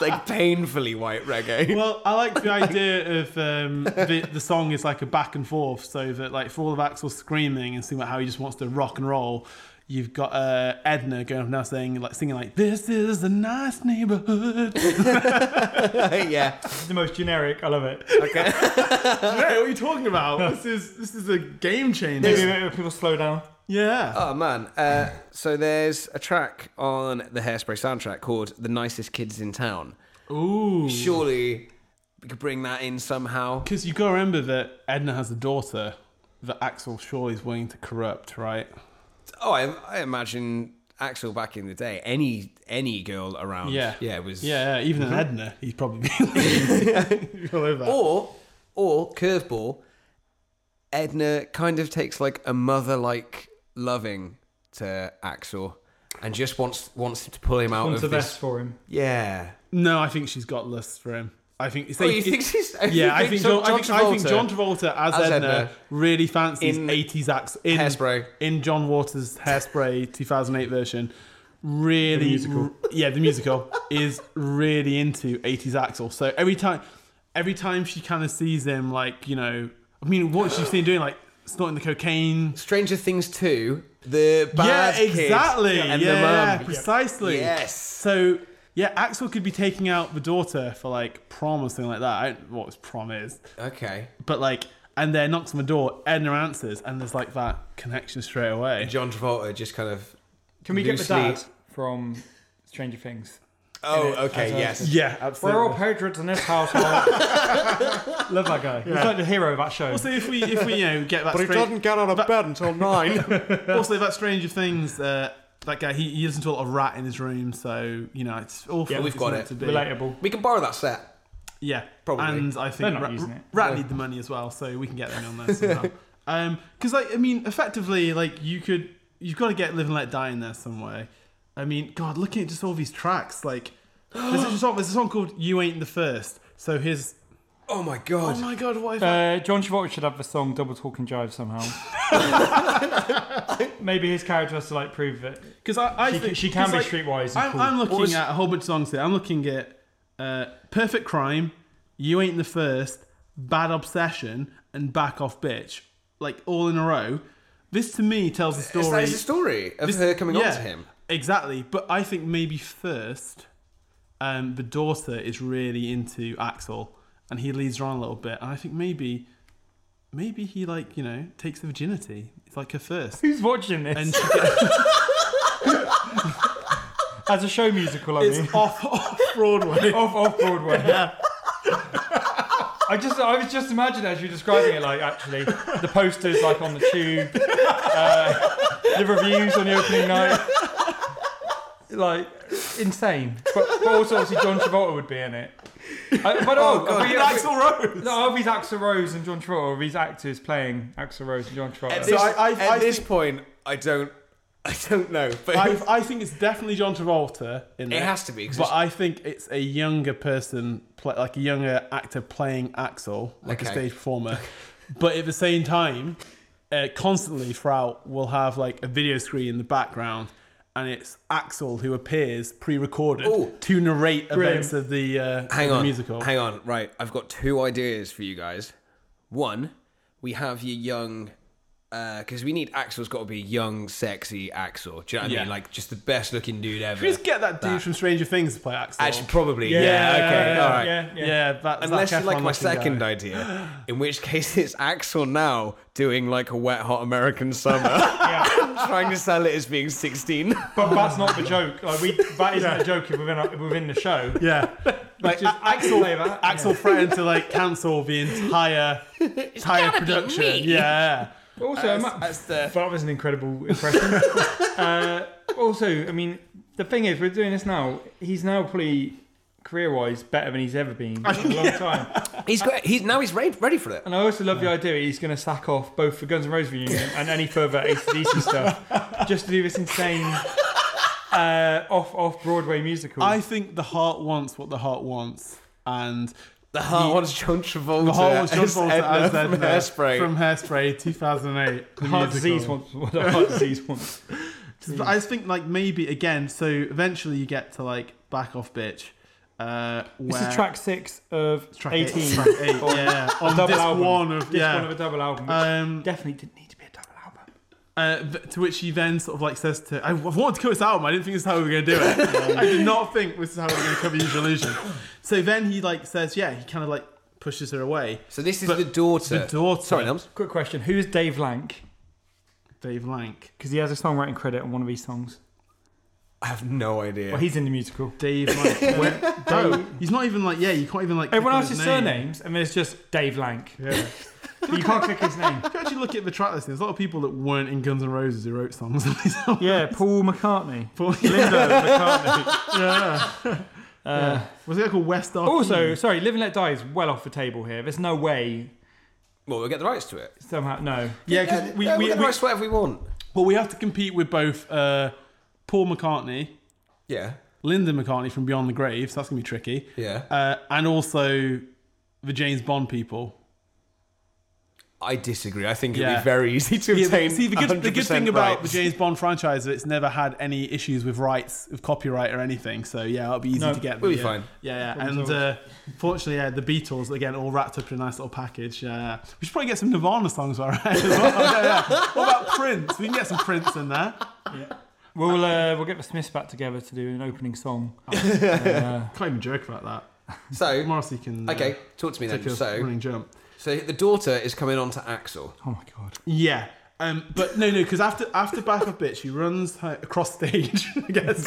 like painfully white reggae. Well, I like the idea of um, the, the song is like a back and forth, so that like for all of Axel screaming and seeing about how he just wants to rock and roll, you've got uh, Edna going up now saying like singing like "This is a nice neighborhood." hey, yeah. It's the most generic. I love it. Okay. what are you talking about? This is this is a game Maybe changer. maybe people slow down. Yeah. Oh man! Uh, so there's a track on the Hairspray soundtrack called "The Nicest Kids in Town." Ooh. Surely we could bring that in somehow. Because you got to remember that Edna has a daughter that Axel surely is willing to corrupt, right? Oh, I, I imagine Axel back in the day. Any any girl around, Yeah. Mhm. yeah, was Yeah, yeah, even an Edna, he's probably all over that. Or or curveball, Edna kind of takes like a mother like loving to Axel, and just wants wants to pull him out Wants the of this. best for him. Yeah. No, I think she's got lust for him. I think. it's Oh, you think she's? you yeah, I think, so- John, I, think, I think Travolta- John Travolta as, as Edna, Edna really fancies in 80s acts in Hairspray. in John Waters' Hairspray 2008 version. Really, r- yeah, the musical is really into 80s Axel. So every time, every time she kind of sees him, like you know, I mean, what she's seen doing, like snorting the cocaine. Stranger Things 2, the yeah, bad kid exactly. and yeah, the mum. precisely. Yes. So yeah, Axel could be taking out the daughter for like prom or something like that. I don't know what his prom is. Okay. But like, and then knocks on the door, Edna answers, and there's like that connection straight away. John Travolta just kind of. Can we get the Loosely- dad from Stranger Things? Oh, okay, yes. Yeah, We're all absolutely. patrons in this household. Love that guy. He's like the hero of that show. Also, if we if we you know get that, But he Stran- doesn't get out of bed until nine. also that Stranger Things, uh, that guy he, he doesn't talk a rat in his room, so you know it's all we've got it. To be. Relatable. we can borrow that set. Yeah, Probably. And I think They're not Rat, using it. Rat need the money as well, so we can get them on there somehow. Um, because like I mean, effectively, like you could, you've got to get Live and Let Die in there some way. I mean, God, looking at just all these tracks, like there's a song, there's a song called "You Ain't the First. So here's, Oh my oh god. my God, what if? Uh, John Travolta should have the song "Double Talk and Jive" somehow. Maybe his character has to like prove it. Because I, I She think can- she can 'cause, be streetwise and I'm, cool. I'm looking was- at a whole bunch of songs here. I'm looking at uh, "Perfect Crime," "You Ain't the First," "Bad Obsession," and "Back Off Bitch." Like all in a row. This to me tells the story. Is that is a story of This- her coming yeah, on to him? Exactly, but I think maybe first, um, the daughter is really into Axel, and he leads her on a little bit, and I think maybe, maybe he like you know takes the virginity. It's like her first, Who's watching this? and she gets, As a show musical, I mean, it's off off Broadway. off off Broadway. I just I was just imagining as you were describing it, like actually the posters like on the tube, uh, the reviews on the opening night, like insane. But, but also obviously John Travolta would be in it. I, but oh, God. And we- we- Axel Rose. No, are these Axel oh, Rose and John Travolta? Or are these actors playing Axel Rose and John Travolta? At this, I- I- at I this think- point, I don't. I don't know, but I, I think it's definitely John Travolta in there. has to be, 'cause But it's- I think it's a younger person, pla like a younger actor playing Axel, like a Okay. stage performer. but at the same time, uh, constantly throughout, we'll have like a video screen in the background, and it's Axel who appears pre-recorded Ooh. to narrate events of the, uh, of hang the on, musical. hang on. Right, I've got two ideas for you guys. One, we have your young, because we need Axel's got to be young, sexy Axel. Do you know what I mean? Yeah. Like just the best looking dude ever. Just get that dude from Stranger Things to play Axel. Actually, probably. Yeah. Yeah, okay. yeah, all right. yeah, yeah, that, Unless Zac you like Efron my looking guy. second idea, in which case it's Axel now doing like a wet hot American summer, trying to sell it as being 16. But that's not the joke. Like we, that isn't a joke within our, within the show. Yeah. Like Just A- Axel, play that. Axel threatened to like cancel the entire entire gotta be production. me. Yeah. Also, I'm not- That's the that was an incredible impression. uh, also, I mean, the thing is, we're doing this now. He's now probably career-wise better than he's ever been in a long time. he's got he's now he's re- ready for it. And I also love the idea he's going to sack off both the Guns N' Roses reunion and any further ACDC stuff just to do this insane uh, off off Broadway musical. I think the heart wants what the heart wants. And The heart wants John Travolta. the heart wants John as Travolta Edna as from Edna Hairspray. From Hairspray 2008. the musical. heart disease wants what the heart disease wants. But I just think like maybe again, so eventually you get to like back off bitch. Uh, where This is track six of track eight- eighteen. track eight, yeah, on double this album. one of This yeah. one of a double album. which Um, definitely didn't need to be a double album. Uh, th- to which he then sort of like says to, I w- wanted to cover this album. I didn't think this is how we were going to do it. I did not think this is how we were going to cover Usual Illusion. So then he like says, yeah, he kind of like pushes her away. so this is But the daughter. the daughter- Sorry, Nums. Quick question: Who is Dave Lank? Dave Lank. Because he has a songwriting credit on one of these songs. I have no idea. Well, he's in the musical. Dave Lank. Where, bro, he's not even like, yeah, you can't even like. click Everyone on else's his name. surnames, and there's just Dave Lank. Yeah. You can't click his name. If you actually look at the track listing, there's a lot of people that weren't in Guns N' Roses who wrote songs on these albums. Yeah, Paul McCartney. Was it like a West Arcade? Also, sorry, Live and Let Die is well off the table here. There's no way well, we'll get the rights to it. somehow. No, yeah, because we, yeah, we, we'll get the we- rights to whatever we want. but we have to compete with both uh, Paul McCartney, Yeah. Linda McCartney from Beyond the Grave, so that's going to be tricky. Yeah. uh, and also the James Bond people. I disagree. I think it'd Yeah. be very easy to obtain. see, the good, the good thing 100% about the rights. James Bond franchise is it's never had any issues with rights, with copyright or anything. So yeah, it'll be easy No, to get. we'll the, be uh, fine. Yeah, yeah. and uh, fortunately, yeah, the Beatles again all wrapped up in a nice little package. Yeah, we should probably get some Nirvana songs all right. As well. yeah, yeah. What about Prince? We can get some Prince in there. we'll uh, we'll get the Smiths back together to do an opening song. Can't even joke about that. so Morrissey can. uh, okay, talk to me Take then. a So, running jump. so the daughter is coming on to Axel. Oh my god! Yeah. Um, but no, no, because after after back up bitch, he runs her across stage. I guess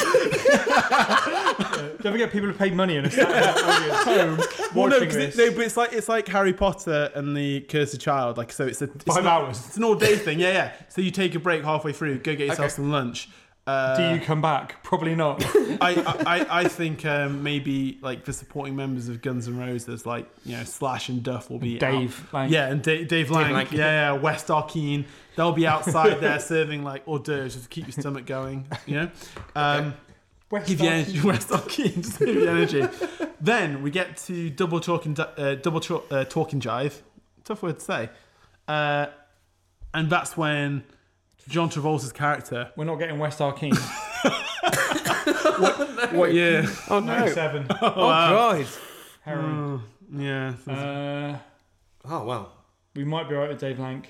Don't forget, people have paid money and are sat in that audience home Well, no, watching 'cause it, this. no, but it's like it's like Harry Potter and the Cursed Child. Like, so it's a it's Five not- hours. It's an all day thing. Yeah, yeah. So you take a break halfway through, go get yourself Okay. some lunch. Uh, do you come back? Probably not. I, I, I, I think um, maybe like the supporting members of Guns N' Roses, like you know Slash and Duff, will be Dave out. Lang. yeah, and da- Dave Lang, Lang. yeah, yeah, West Arkeen. They'll be outside there serving like hors d'oeuvres just to keep your stomach going. You know. Um, West give you Ham- energy. West Ham Keane, just give you energy. then we get to double talking, uh, double cho- uh, talking jive. Tough word to say. Uh, and that's when John Travolta's character. We're not getting West Arkeen. What year? Oh no! Seven. Oh god! Heroin. Yeah. Uh, Oh wow! we might be right with Dave Lank.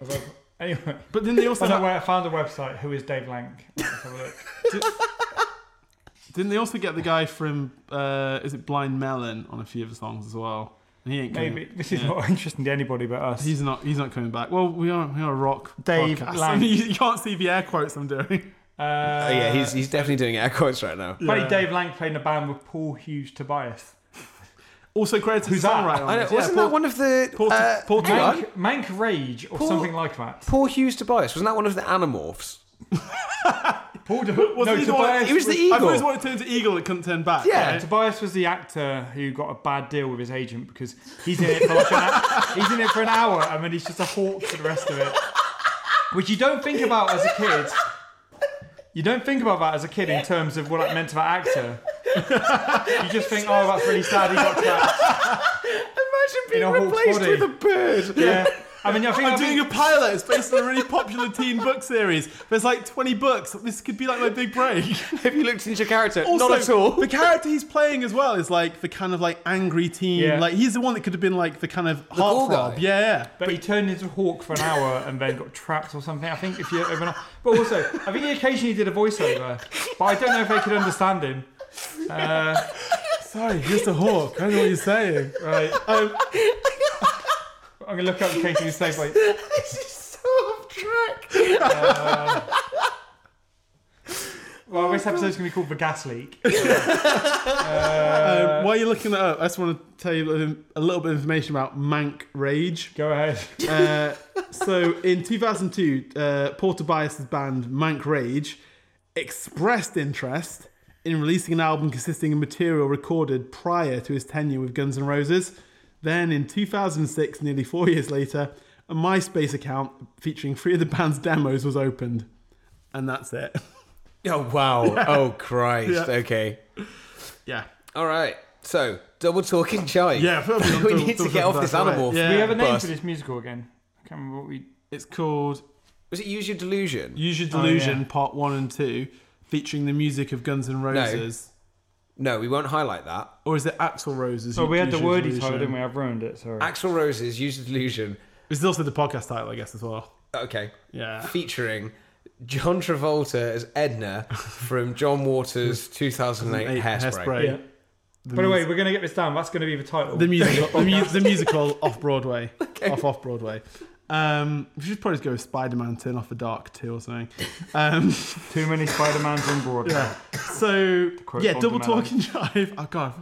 Although- Anyway, But then they also I, know ha- where I found a website. Who is Dave Lank? Let's have a look. didn't they also get the guy from uh, is it Blind Melon on a few of the songs as well? And he ain't coming. Maybe this is not interesting to anybody but us. He's not. He's not coming back. Well, we are. We are a rock. Dave podcast. Lang. you, you can't see the air quotes I'm doing. Uh, Oh yeah, he's he's definitely doing air quotes right now. Buddy Yeah. Dave Lang played in a band with Paul Hughes Tobias. Also credited Who's as that? songwriter. on I know, this. Yeah, wasn't Paul- that one of the Paul- uh, Paul- hang on. Mank, Mank Rage or Paul- something like that. Paul Hughes Tobias wasn't that one of the Animorphs? Paul De- Was no, he the one- Tobias, He was the I've eagle. always wanted to turn to eagle that couldn't turn back. Yeah. right? Tobias was the actor who got a bad deal with his agent because he's in it for like an, hou- he's in it for an hour and then he's just a hawk for the rest of it, which you don't think about as a kid. You don't think about that as a kid in terms of what that meant to that actor. you just think, oh, that's really sad he got trapped. Imagine being In a Hulk's replaced body. with a bird. Yeah. I mean, I think I'm I think- doing a pilot. It's based on a really popular teen book series. There's like 20 books. This could be like my big break. Have you looked into your character? Also, Not at all. The character he's playing as well is like the kind of like angry teen. Yeah. Like he's the one that could have been like the kind of cool heartthrob. guy. Yeah, yeah. But he turned into a hawk for an hour and then got trapped or something. I think if you overnight. But also, I think he occasionally did a voiceover, but I don't know if they could understand him. Uh, Sorry, just a hawk. I don't know what you're saying. right. Um, I'm going to look up in case he was safe. Like, this is so off track. well, this episode's going to be called The Gas Leak. um, while you're looking that up, I just want to tell you a little- a little bit of information about Mank Rage. Go ahead. Uh, so in 2002, uh, Paul Tobias' band Mank Rage expressed interest in releasing an album consisting of material recorded prior to his tenure with Guns N' Roses. Then in 2006, nearly four years later, a MySpace account featuring three of the band's demos was opened. And that's it. Oh, wow. Oh, Christ. Yeah. Okay. Yeah. All right. So, double talking chai. Yeah, probably on we double- need to double get off talking this chai, right. animal. Yeah. we have a name Bust. for this musical again. I can't remember what we. It's called Was it Use Your Delusion? Use Your Delusion yeah. Part 1 and 2, featuring the music of Guns N' Roses. No, we won't highlight that. Or is it Axl Roses? Oh, we had the Use Your wordy Delusion? title, didn't we? I've ruined it, sorry. Axel Rose's Use Your Delusion. This is also the podcast title, I guess, as well. Okay. Yeah. Featuring John Travolta as Edna from John Waters' 2008 Hairspray. yeah. By the way, we're going to get this down. That's going to be the title. The musical, the, mu- the musical off Broadway, off off Broadway. Um, we should probably just go with Spider Man Turn Off the Dark too or something. Um, Too many Spider-Mans on board. yeah. So quote yeah, Bob double Dylan. talking jive. Oh god.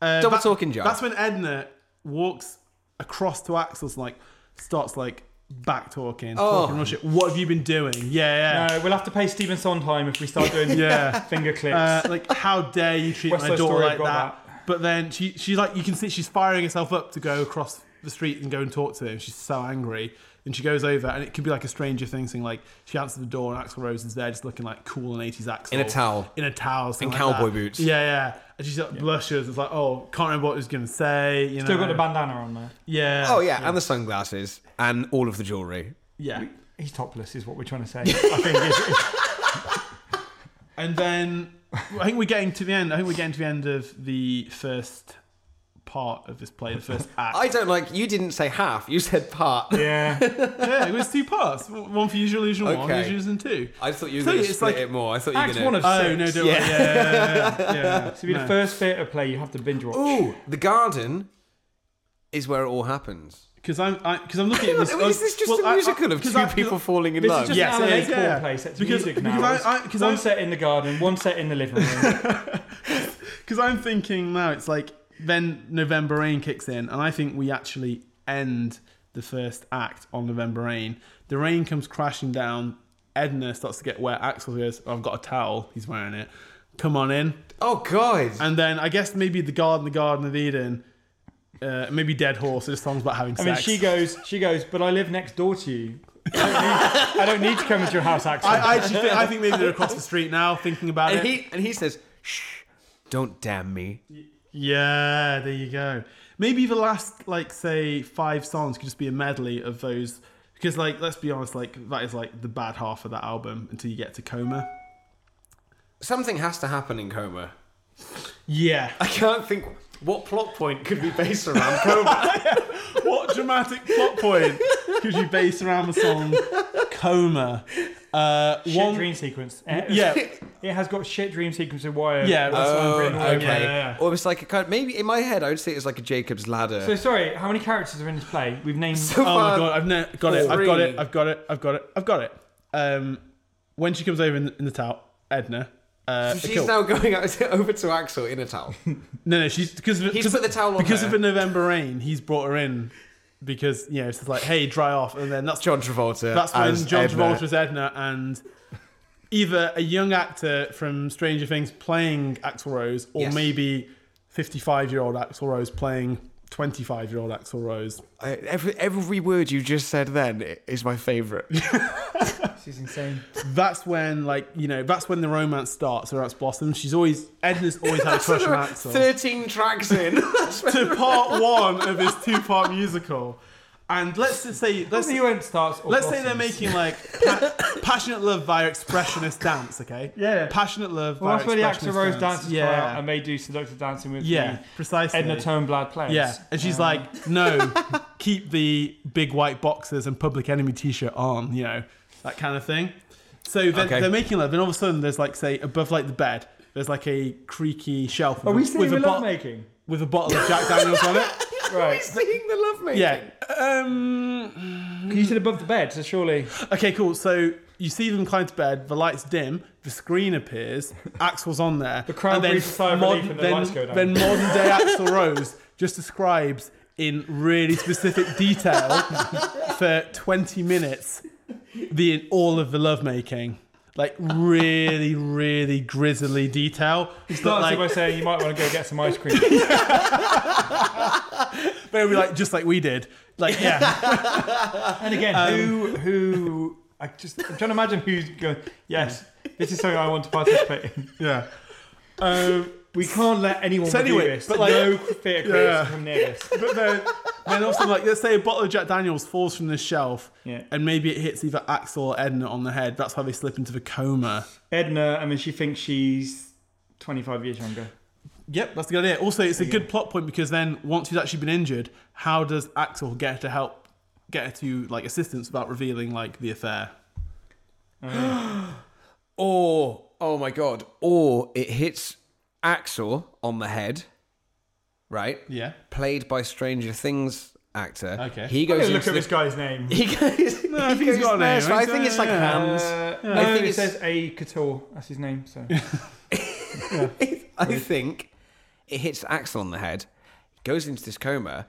Uh, Double talking jive. That's when Edna walks across to Axel's and like starts like back talking, Oh. talking real shit. What have you been doing? Yeah, No, Uh, we'll have to pay Stephen Sondheim if we start doing yeah, yeah. finger clips. Uh, like how dare you treat West my Side daughter Story, like got that. But then she she's like you can see she's firing herself up to go across the street and go and talk to him. She's so angry. And she goes over and it could be like a stranger thing thing like she answers the door and Axel Rose is there just looking like cool and 80s Axel. In a towel. In a towel. something In like cowboy that. boots. Yeah, yeah. And she's like blushes. It's like, oh, can't remember what I was gonna say. You Still know. got the bandana on there. Yeah. Oh, yeah, and the sunglasses and all of the jewellery. Yeah. He's topless, is what we're trying to say. I think it's- And then I think we're getting to the end. I think we're getting to the end of the first part of this play, the first act. I don't like, you didn't say half, you said part. yeah. Yeah, it was two parts. One for usual illusion one, Okay. usual illusion two. I thought you were So going to it's split like- it more. I thought you were Act going one of Oh six. no, don't Yeah. yeah. yeah, yeah, yeah, yeah, yeah. to be the first theatre play you have to binge watch. Ooh, Oh, the garden is where it all happens. Because I'm because I'm looking at this. Is this just a musical of 'cause two I- 'cause people falling in This love? is just Yes, an it LA is, core yeah. play set to Because- music now. because I- I- It's 'cause one I'm- set in the garden, one set in the living room. Because I'm thinking now, it's like then November Rain kicks in, and I think we actually end the first act on November Rain. The rain comes crashing down. Edna starts to get wet. Axel goes, "I've got a towel. He's wearing it. Come on in." oh god! And then I guess maybe the garden, the Garden of Eden, uh, maybe Dead Horse. This song's about having I sex. mean, she goes, she goes, but I live next door to you. I don't need, I don't need to come into your house, actually. I, I actually think, I think maybe they're across the street now, thinking about and it. he and he says, "Shh, don't damn me." yeah, there you go. Maybe the last, like, say, five songs could just be a medley of those. Because, like, let's be honest, like, that is, like, the bad half of that album until you get to Coma. Something has to happen in coma. Yeah. I can't think what plot point could be based around coma. what dramatic plot point could you base around the song Coma? Uh, shit one. dream sequence. Eh, Yeah. It has got shit dream sequence of wire. Yeah, that's what I'm oh, thinking. okay. Yeah, yeah, yeah. Or it's like a kind of, maybe in my head I would say it's like a Jacob's ladder. So sorry, how many characters are in this play? We've named. So Oh far- my god, I've ne- got it, I've got Three. it, I've got it, I've got it, I've got it. Um, when she comes over in, in the towel, Edna. Uh, She's cool. now going out to, over to Axel in a towel. No, no, she's because of, He's because- put the towel on because her. of the November rain. He's brought her in because you know it's just like, hey, dry off, and then that's John Travolta. that's when as John Edna. Travolta was Edna and either a young actor from Stranger Things playing Axl Rose, or Yes. maybe fifty-five-year-old Axl Rose playing 25 year old Axl Rose. I, every every word you just said then i- is my favorite. She's insane. That's when, like, you know, that's when the romance starts around Blossom. She's always, Edna's always had a crush on Axel. Thirteen tracks in. to part one of this two part musical. And let's just say, let's, Let's see when it starts. or let's say they're blossoms. making like pa- passionate love via expressionist dance, okay? Yeah. Passionate love Well, via that's where the Axel expressionist Rose dance. dancers yeah. come out and they do seductive dancing with Yeah, the precisely. Edna Turnblad players. Yeah, and she's like, no, keep the big white boxes and Public Enemy T-shirt on, you know, that kind of thing. So they're, Okay. they're making love, and all of a sudden there's like, say, above like the bed, there's like a creaky shelf Are with, we a, seeing with, the a love bo- making? with a bottle of Jack Daniels on it. Right. Seeing the love making. Yeah. Um, you said above the bed, so surely. okay, cool. So you see them climb to bed, the lights dim, the screen appears, Axel's on there. The crowd breathes a sigh of relief and the then, lights go down. Then modern day Axel Rose just describes in really specific detail for 20 minutes the all of the lovemaking. Like really, really grisly detail. It's not Starts like by saying you might want to go get some ice cream. very like just like we did. Like yeah, and again, who who I just I'm trying to imagine who's going. Yes, this is something I want to participate in. yeah. Um, we can't let anyone So do anyway, this. but like- no theatre critics Yeah. come near this. But then, then also, like, let's say a bottle of Jack Daniels falls from the shelf, Yeah. and maybe it hits either Axel or Edna on the head. That's how they slip into the coma. Edna, I mean, she thinks she's 25 years younger. Yep, that's a good idea. Also, it's a good plot point because then once she's actually been injured, how does Axel get her to help, get her to like assistance without revealing like the affair? Or oh my god. Or it hits Axel on the head. Right. Yeah. Played by Stranger Things actor. Okay. He I'm goes gonna look into the at this guy's name. He goes. I he think he's goes got a name, there, so I right? think it's like Yeah. hands. Uh, I I think think it it's- says A Couture. That's his name. So I think it hits Axel on the head, goes into this coma,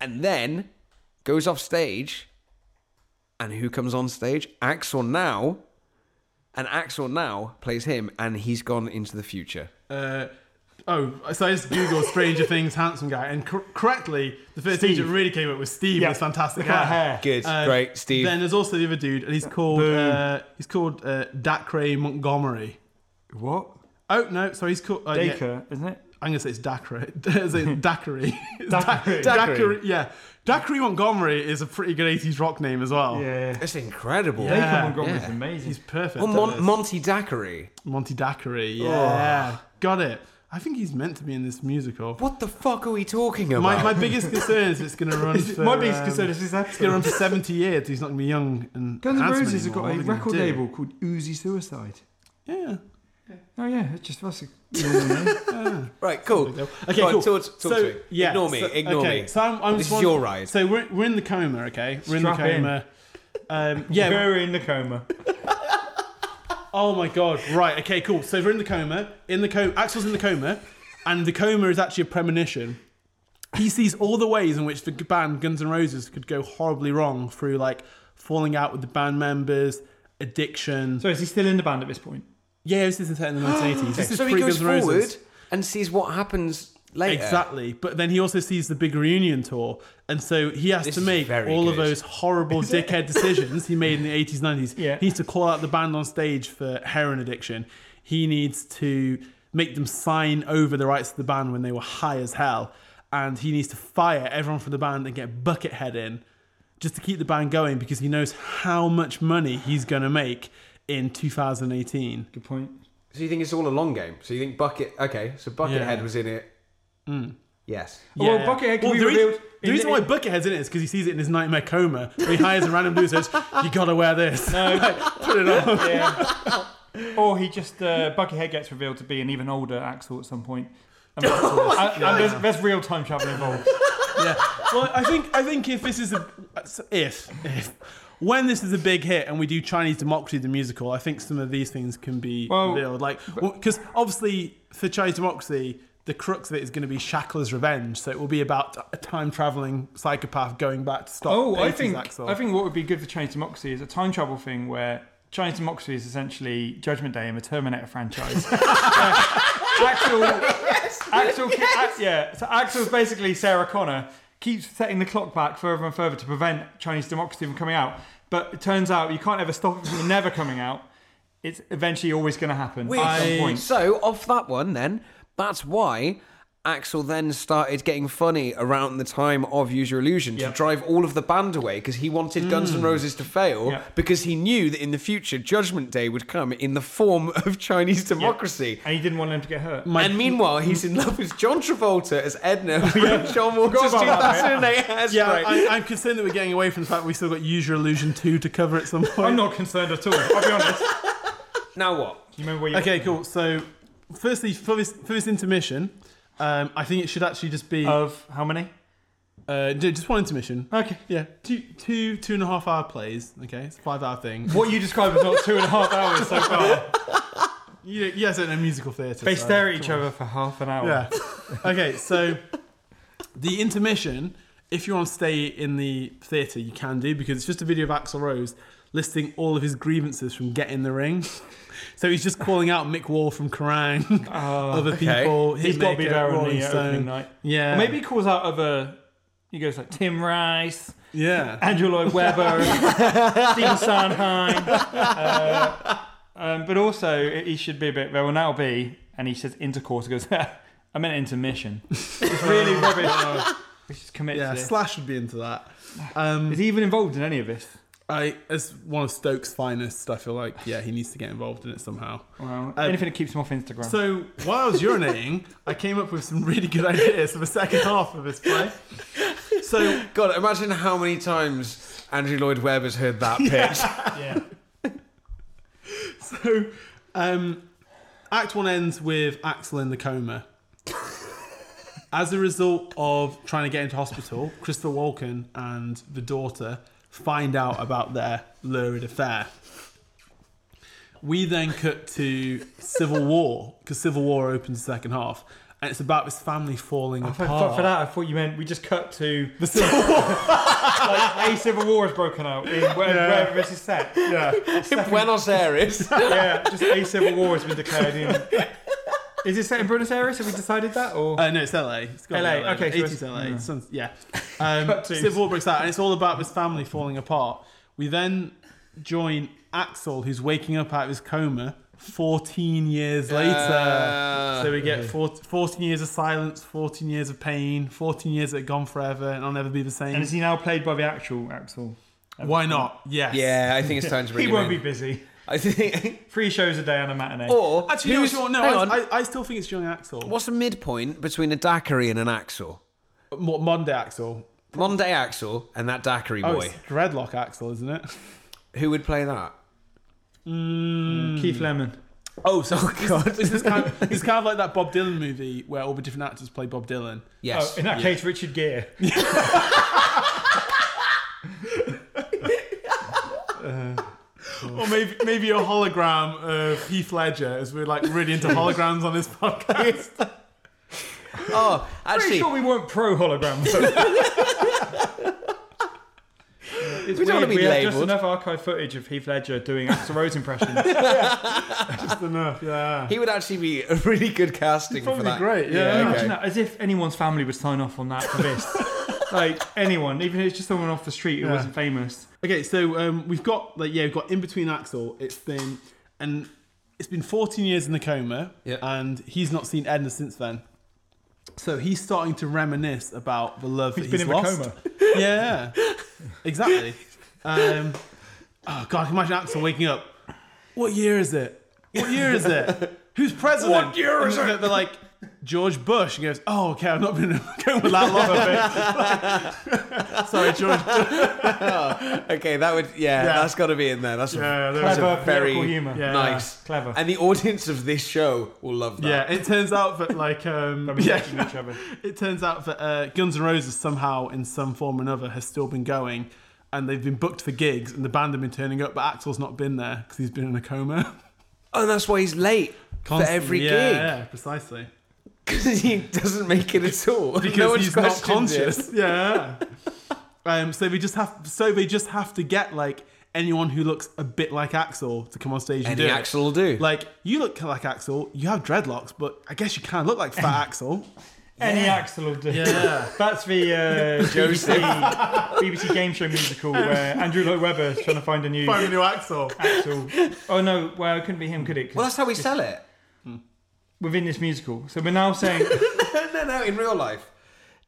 and then goes off stage. And who comes on stage? Axel now. And Axel now plays him, and he's gone into the future. Uh, oh, so I just googled Stranger Things handsome guy, and cor- correctly, the first Steve. thing that really came up was Steve. with his fantastic Look at that hair. hair. Good, Uh, great, Steve. Then there's also the other dude, and he's called uh, he's called uh, Dacre Montgomery. What? Oh no, sorry, he's called. Uh, yeah, Dacre, isn't it? I'm gonna say it's Dacre. Is it Dacre? It's Dacre. Dac- Dacre. Yeah, Dacre Montgomery is a pretty good '80s rock name as well. Yeah. That's incredible. Dacre Yeah. Montgomery's Yeah. amazing. he's perfect. Or at Oh, Mon- this. Monty Dackery. Monty Dacre. Yeah, Oh. got it. I think he's meant to be in this musical. What the fuck are we talking about? My, my biggest concern is it's gonna run. for, My biggest um, concern is his It's gonna actor. run for 70 years. He's not gonna be young and Guns N' handsome Roses have anymore. What got a are they gonna record do? label called Uzi Suicide. Yeah. Oh yeah, it's just that's a, right, cool. Okay, Go on, cool. talk, talk so, to me. Yeah, ignore me. so- ignore okay, me. So I'm, I'm just This is wondering- your ride. So we're, we're in the coma, okay? We're Strap in the in. coma. Um, yeah. We're in the coma. oh my god. Right. Okay. Cool. So we're in the coma. In the coma. Axel's in the coma, and the coma is actually a premonition. He sees all the ways in which the band Guns N' Roses could go horribly wrong through like falling out with the band members, addiction. So is he still in the band at this point? yeah, this isn't set in the 1980s. This is so he pre goes Guns N' Roses. forward and sees what happens later. Exactly. But then he also sees the big reunion tour. And so he has This to is make very all of good. those horrible dickhead decisions he made in the 80s, 90s. Yeah. He needs to call out the band on stage for heroin addiction. He needs to make them sign over the rights of the band when they were high as hell. And he needs to fire everyone from the band and get Buckethead in just to keep the band going because he knows how much money he's going to make in 2018. Good point. So you think it's all a long game? So you think Bucket? Okay, so Buckethead Yeah. Hmm. was in it. Yes. Well, Buckethead can be the, reas- revealed the in reason why the- Buckethead's in it is because he sees it in his nightmare coma. Where he hires a random dude and says, "You gotta wear this." Like, put it on. Yeah. or he just uh, Buckethead gets revealed to be an even older Axel at some point. And, and- and there's, there's real time travel involved. Yeah. Well, I think I think if this is a if if when this is a big hit and we do Chinese Democracy the musical, I think some of these things can be Well, revealed. Like because obviously for Chinese Democracy. The crux of it is going to be Shackler's revenge, so it will be about a time traveling psychopath going back to stop. Oh, I 80s think Axel. I think what would be good for Chinese Democracy is a time travel thing where Chinese Democracy is essentially Judgment Day in the Terminator franchise. Uh, Axel Yes. Axel, ke- A- yeah. So Axel's basically Sarah Connor keeps setting the clock back further and further to prevent Chinese democracy from coming out. But it turns out you can't ever stop it from never coming out. It's eventually always going to happen Um, at some I- point. So off that one, then that's why Axel then started getting funny around the time of Use Your Illusion Yep. to drive all of the band away because he wanted Guns Hmm. N' Roses to fail Yep. because he knew that in the future Judgment Day would come in the form of Chinese democracy. And he didn't want them to get hurt. and meanwhile, he's in love with John Travolta as Edna from John Walker's about that, 2008 hairspray. Yeah, I, I'm concerned that we're getting away from the fact we still got Use Your Illusion 2 to cover at some point. I'm not concerned at all. I'll be honest. now what? You remember where you Okay, cool. So, firstly, for this, for this intermission, um, I think it should actually just be Of how many? uh, ju- just one intermission. Okay. Yeah, two, two, two and a half hour plays. Okay, it's a five hour thing. What you described as not two and a half hours so far. You, you guys don't know musical theatre. They so- stare at each other for half an hour. Yeah. Oh. okay, so the intermission, if you want to stay in the theatre, you can do because it's just a video of Axel Rose listing all of his grievances from Get in the Ring. So he's just calling out Mick Wall from Kerrang, other people. Ah, He's got to be Hitmaker, there on Rolling the uh, Stone. opening night. Yeah. Or maybe he calls out other. He goes like Tim Rice, Yeah. Andrew Lloyd Webber, Stephen Sondheim. Uh, um, but also, i- he should be a bit. There will now be, and he says intercourse. He goes, I meant intermission. It's really rubbish. Which is committed. Yeah, to this. Slash would be into that. Um, is he even involved in any of this? I, as one of Stokes' finest, I feel like, yeah, he needs to get involved in it somehow. Well, uh, anything that keeps him off Instagram. So while I was urinating, I came up with some really good ideas for the second half of this play. So God, imagine how many times Andrew Lloyd Webber's heard that pitch. yeah. So, um, Act One ends with Axel in the coma. As a result of trying to get into hospital, Christopher Walken and the daughter find out about their lurid affair. We then cut to Civil War because Civil War opens the second half, and it's about this family falling For, apart. for, for that, I thought you meant we just cut to the civil war. like a civil war has broken out in where, wherever this is set. Yeah, Buenos Aires. yeah. Just a civil war has been declared. In, is it set in Buenos Aires? Have we decided that? Or Uh, no, it's LA. It's got LA, LA. okay, so 80s it's- LA. mm. yeah. Sounds- yeah. Um, Cut to- Civil War breaks out, and it's all about this family falling apart. We then join Axel, who's waking up out of his coma 14 years later. Yeah. so we get 14, 14 years of silence, 14 years of pain, 14 years that are gone forever, and I'll never be the same. and is he now played by the actual Axel? Why not? Yes. Yeah, I think it's time to bring He him won't be in. busy. I think. Three shows a day on a matinee. Or Actually, you know who's, what, no, hang on. I, I, I still think it's young Axel. What's a midpoint between a daiquiri and an axle? Mo- Modern day Axel. Monday Axel and that daiquiri Oh, boy. it's Dreadlock Axel, isn't it? Who would play that? Keith Lemon. Oh, so God. It's, kind of, it's kind of like that Bob Dylan movie where all the different actors play Bob Dylan. Yes. Oh, in that case, Richard Gere. Uh, Or maybe maybe a hologram of Heath Ledger, as we're like really into holograms on this podcast. oh, Pretty actually, sure we weren't pro holograms. It's We don't wanna weird, be we have just labelled. enough archive footage of Heath Ledger doing Axel Rose impressions. Just enough, yeah. he would actually be a really good casting for Probably that. great, yeah. okay. Imagine that, as if anyone's family would sign off on that for this. like anyone, even if it's just someone off the street who Yeah. wasn't famous. Okay, so um, we've got like yeah, we've got in between Axel. It's been and it's been 14 years in the coma, Yeah. and he's not seen Edna since then. So he's starting to reminisce about the love that been he's in a lost. coma. Yeah, exactly. Um, oh god, I can imagine Axel waking up. What year is it? What year is it? Who's president? What year And is they're- it? They're like George Bush. And goes, oh okay, I've not been in a coma that long. Sorry, George. Okay, that would. Yeah, Yeah. that's got to be in there. That's a- Yeah, there that's is. a Clever very political humour. Yeah. nice, Clever. And the audience of this show will love that. Yeah, it turns out that like um, They'll be yeah, touching each other. it turns out that uh, Guns N' Roses somehow, in some form or another, has still been going, and they've been booked for gigs, and the band have been turning up, but Axel's not been there because he's been in a coma. Oh, and that's why he's late for every yeah, gig yeah, precisely because he doesn't make it at all. because no one's he's not questioned it. conscious. Yeah. um. So they just have. So they just have to get like anyone who looks a bit like Axel to come on stage and Any do it. Axel will do. Like you look like Axel, you have dreadlocks, but I guess you kind of look like Fat Axel. Any Axel will do. Yeah. That's the uh, BBC, BBC game show musical where Andrew Lloyd Webber is trying to find a new Find a new Axel. Axel. Oh no, well, it couldn't be him, could it? 'Cause well, that's how we sell it. within this musical. So we're now saying No, no, in real life.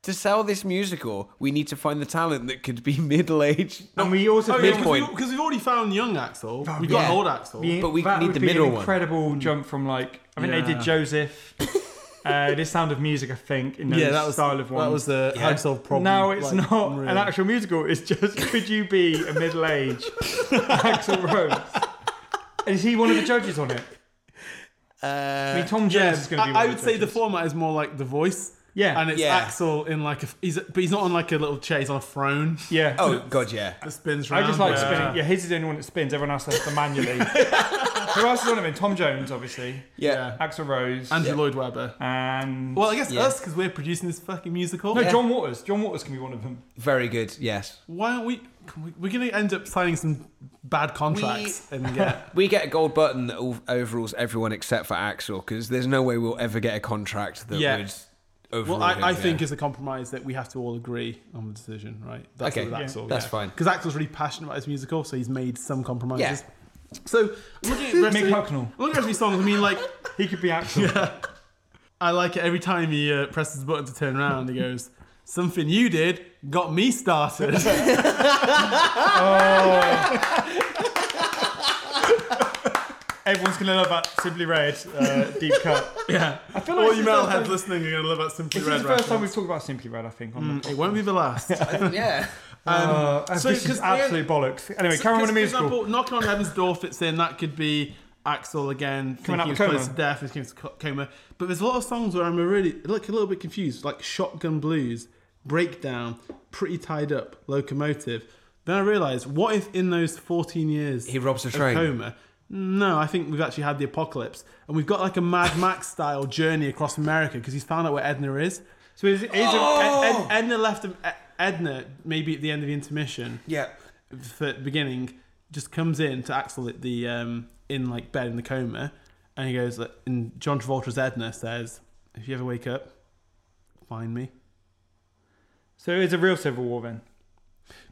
To sell this musical, we need to find the talent that could be middle aged. And we also Oh, feel- yeah, because Midpoint. we, because we've already found young Axel. We've got yeah. old Axel. the- But we that need would the be middle an one. incredible jump from like I mean they Yeah. did Joseph, uh, this Sound of Music I think in those Yeah, that was style of one. That was the Yeah. how to solve problem. now it's like, not an really. actual musical. It's just could you be a middle aged Axel Rose? Is he one of the judges on it? I mean, Tom Jones Uh, Yeah, is going to be. I, one I of would the say the judges. format is more like The Voice. Yeah. and it's Yeah. Axel in like a. He's but he's not on like a little chair. He's on a throne Yeah. Oh, God, yeah. that spins I round. just like Yeah. spinning. Yeah, his is the only one that spins. Everyone else has to manually. Who else is on it? then? Tom Jones, obviously. Yeah. Axel Rose. Andrew Lloyd Webber. and Well, I guess Yeah. us because we're producing this fucking musical. No, John Waters. John Waters can be one of them. Very good, yes. Why aren't we? can we- We're gonna end up signing some bad contracts and get. We get a gold button that ov- overrules everyone except for Axel, because there's no way we'll ever get a contract that Yeah. would overrule Well, I, him, I yeah. think as a compromise that we have to all agree on the decision, right? That's Okay, with yeah, Axel, that's fine. Because Axel's really passionate about his musical, so he's made some compromises. So I'm looking at Mick the rest of Hucknall. the- looking at these songs. I mean, like He could be Axel. I like it every time he uh, presses the button to turn around. He goes, "Something you did got me started." Everyone's gonna love that Simply Red uh, deep cut. yeah, I feel all this you is metal the heads first- listening are gonna love that simply This red. is the first time reference. we've talked about Simply Red, I think. On the It won't be the last. Yeah. uh, so, this is 'cause absolute bollocks. Anyway, carry on with the for musical. example, knocking on heaven's door fits in. That could be Axel again, thinking Coming out he was of close coma. to death, he came to co- coma. But there's a lot of songs where I'm really like a little bit confused, like Shotgun Blues, Breakdown, Pretty Tied Up, Locomotive. Then I realised, what if in those 14 years He robs a of train. Coma, no, I think we've actually had the apocalypse, and we've got like a Mad Max style journey across America because he's found out where Edna is. So is, is Ed- oh! Ed- Edna left him- Ed- Edna maybe at the end of the intermission Yeah. for the beginning just comes in to Axel at the um, in like bed in the coma, and he goes like, and John Travolta's Edna says, "If you ever wake up, find me." so it's a real civil war then.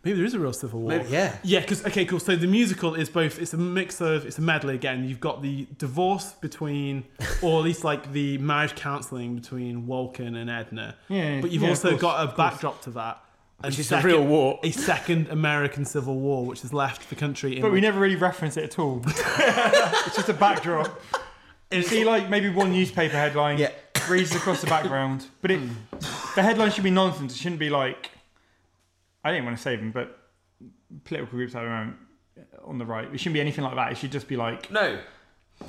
Maybe there is a real civil war. Maybe- Oh, yeah. yeah. Because okay, cool. So the musical is both. It's a mix of. It's a medley again. You've got the divorce between, or at least like the marriage counselling between Walken and Edna. Yeah, But you've yeah, of also course, got a backdrop to that. Which is a real war. a second American Civil War, which has left the country. In But we never really reference it at all. it's just a backdrop. You see, like maybe one newspaper headline Yeah. breezes across the background, but it the headline should be nonsense. It shouldn't be like I didn't want to say them, but political groups I remember on the right. It shouldn't be anything like that. It should just be like No.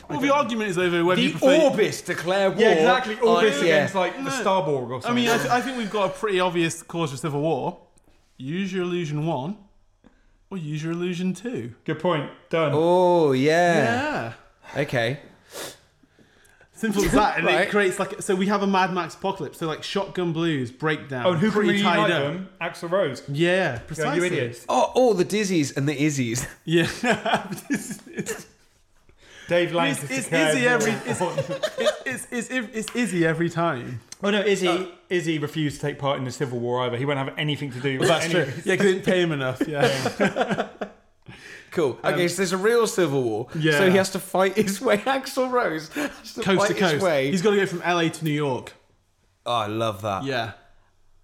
Well, the argument is over whether you The prefer. Orbis declare war. yeah, exactly. All on- this Oh, yeah. against like the Starborg or I something. mean, I, th- I think we've got a pretty obvious cause for civil war. Use your illusion one, or use your illusion two. good point. Done. Oh, Yeah. yeah. Okay. Simple as that, and Right. it creates like so we have a Mad Max apocalypse. So like Shotgun Blues, Breakdown, oh, and who can pretty reunite tied up. them? Axel Rose. Yeah, Yeah, precisely. you idiots. Oh, all the dizzies and the izzies. Yeah, it's, it's, Dave it's, Lancaster. Izzy every it's, it's, it's, it's, it's Izzy every time. Oh no, Izzy Izzy refused to take part in the Civil War either. He won't have anything to do with any of it. Yeah, because didn't pay him enough. Yeah, Cool. Okay, so there's a real civil war. Yeah. So he has to fight his way. Axel Rose has to coast fight to his coast. way. He's got to go from LA to New York. Oh, I love that. Yeah.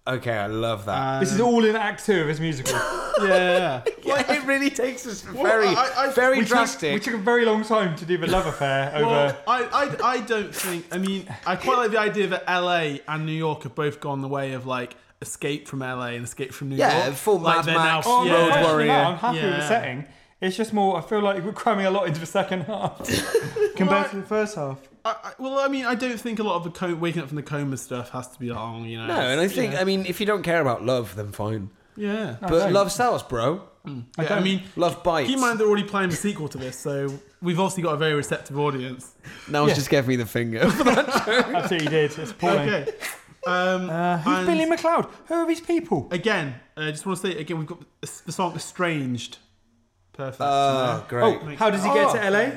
Okay, I love that. This is all in Act Two of his musical. Yeah, yeah, yeah. Well, it really takes us very, I- I- very We took- we drastic. took a very long time to do the love affair over. Well, I, I, I don't think. I mean, I quite like the idea that LA and New York have both gone the way of like escape from LA and escape from New Yeah, York. full like, Mad they're Max, now- Road I'm not yeah. questioning that. Warrior. I'm happy with the Yeah. setting. It's just more. I feel like we're cramming a lot into the second half compared Well, to the first half. I, I, well, I mean, I don't think a lot of the co- waking up from the coma stuff has to be long, you know. No, and I think, I mean, if you don't care about love, then fine. yeah. But don't. love sells, bro. Yeah, I, don't- mean, Love bites. keep in mind they're already planning the sequel to this, so we've obviously got a very receptive audience. Now just gave me the finger. Absolutely did. It's appalling. Okay. Um, Uh, who's And- Billy McLeod? Who are these people? uh, again, I just want to say again, we've got the song "Estranged" Perfect. Oh, great. Oh, how does he get to LA?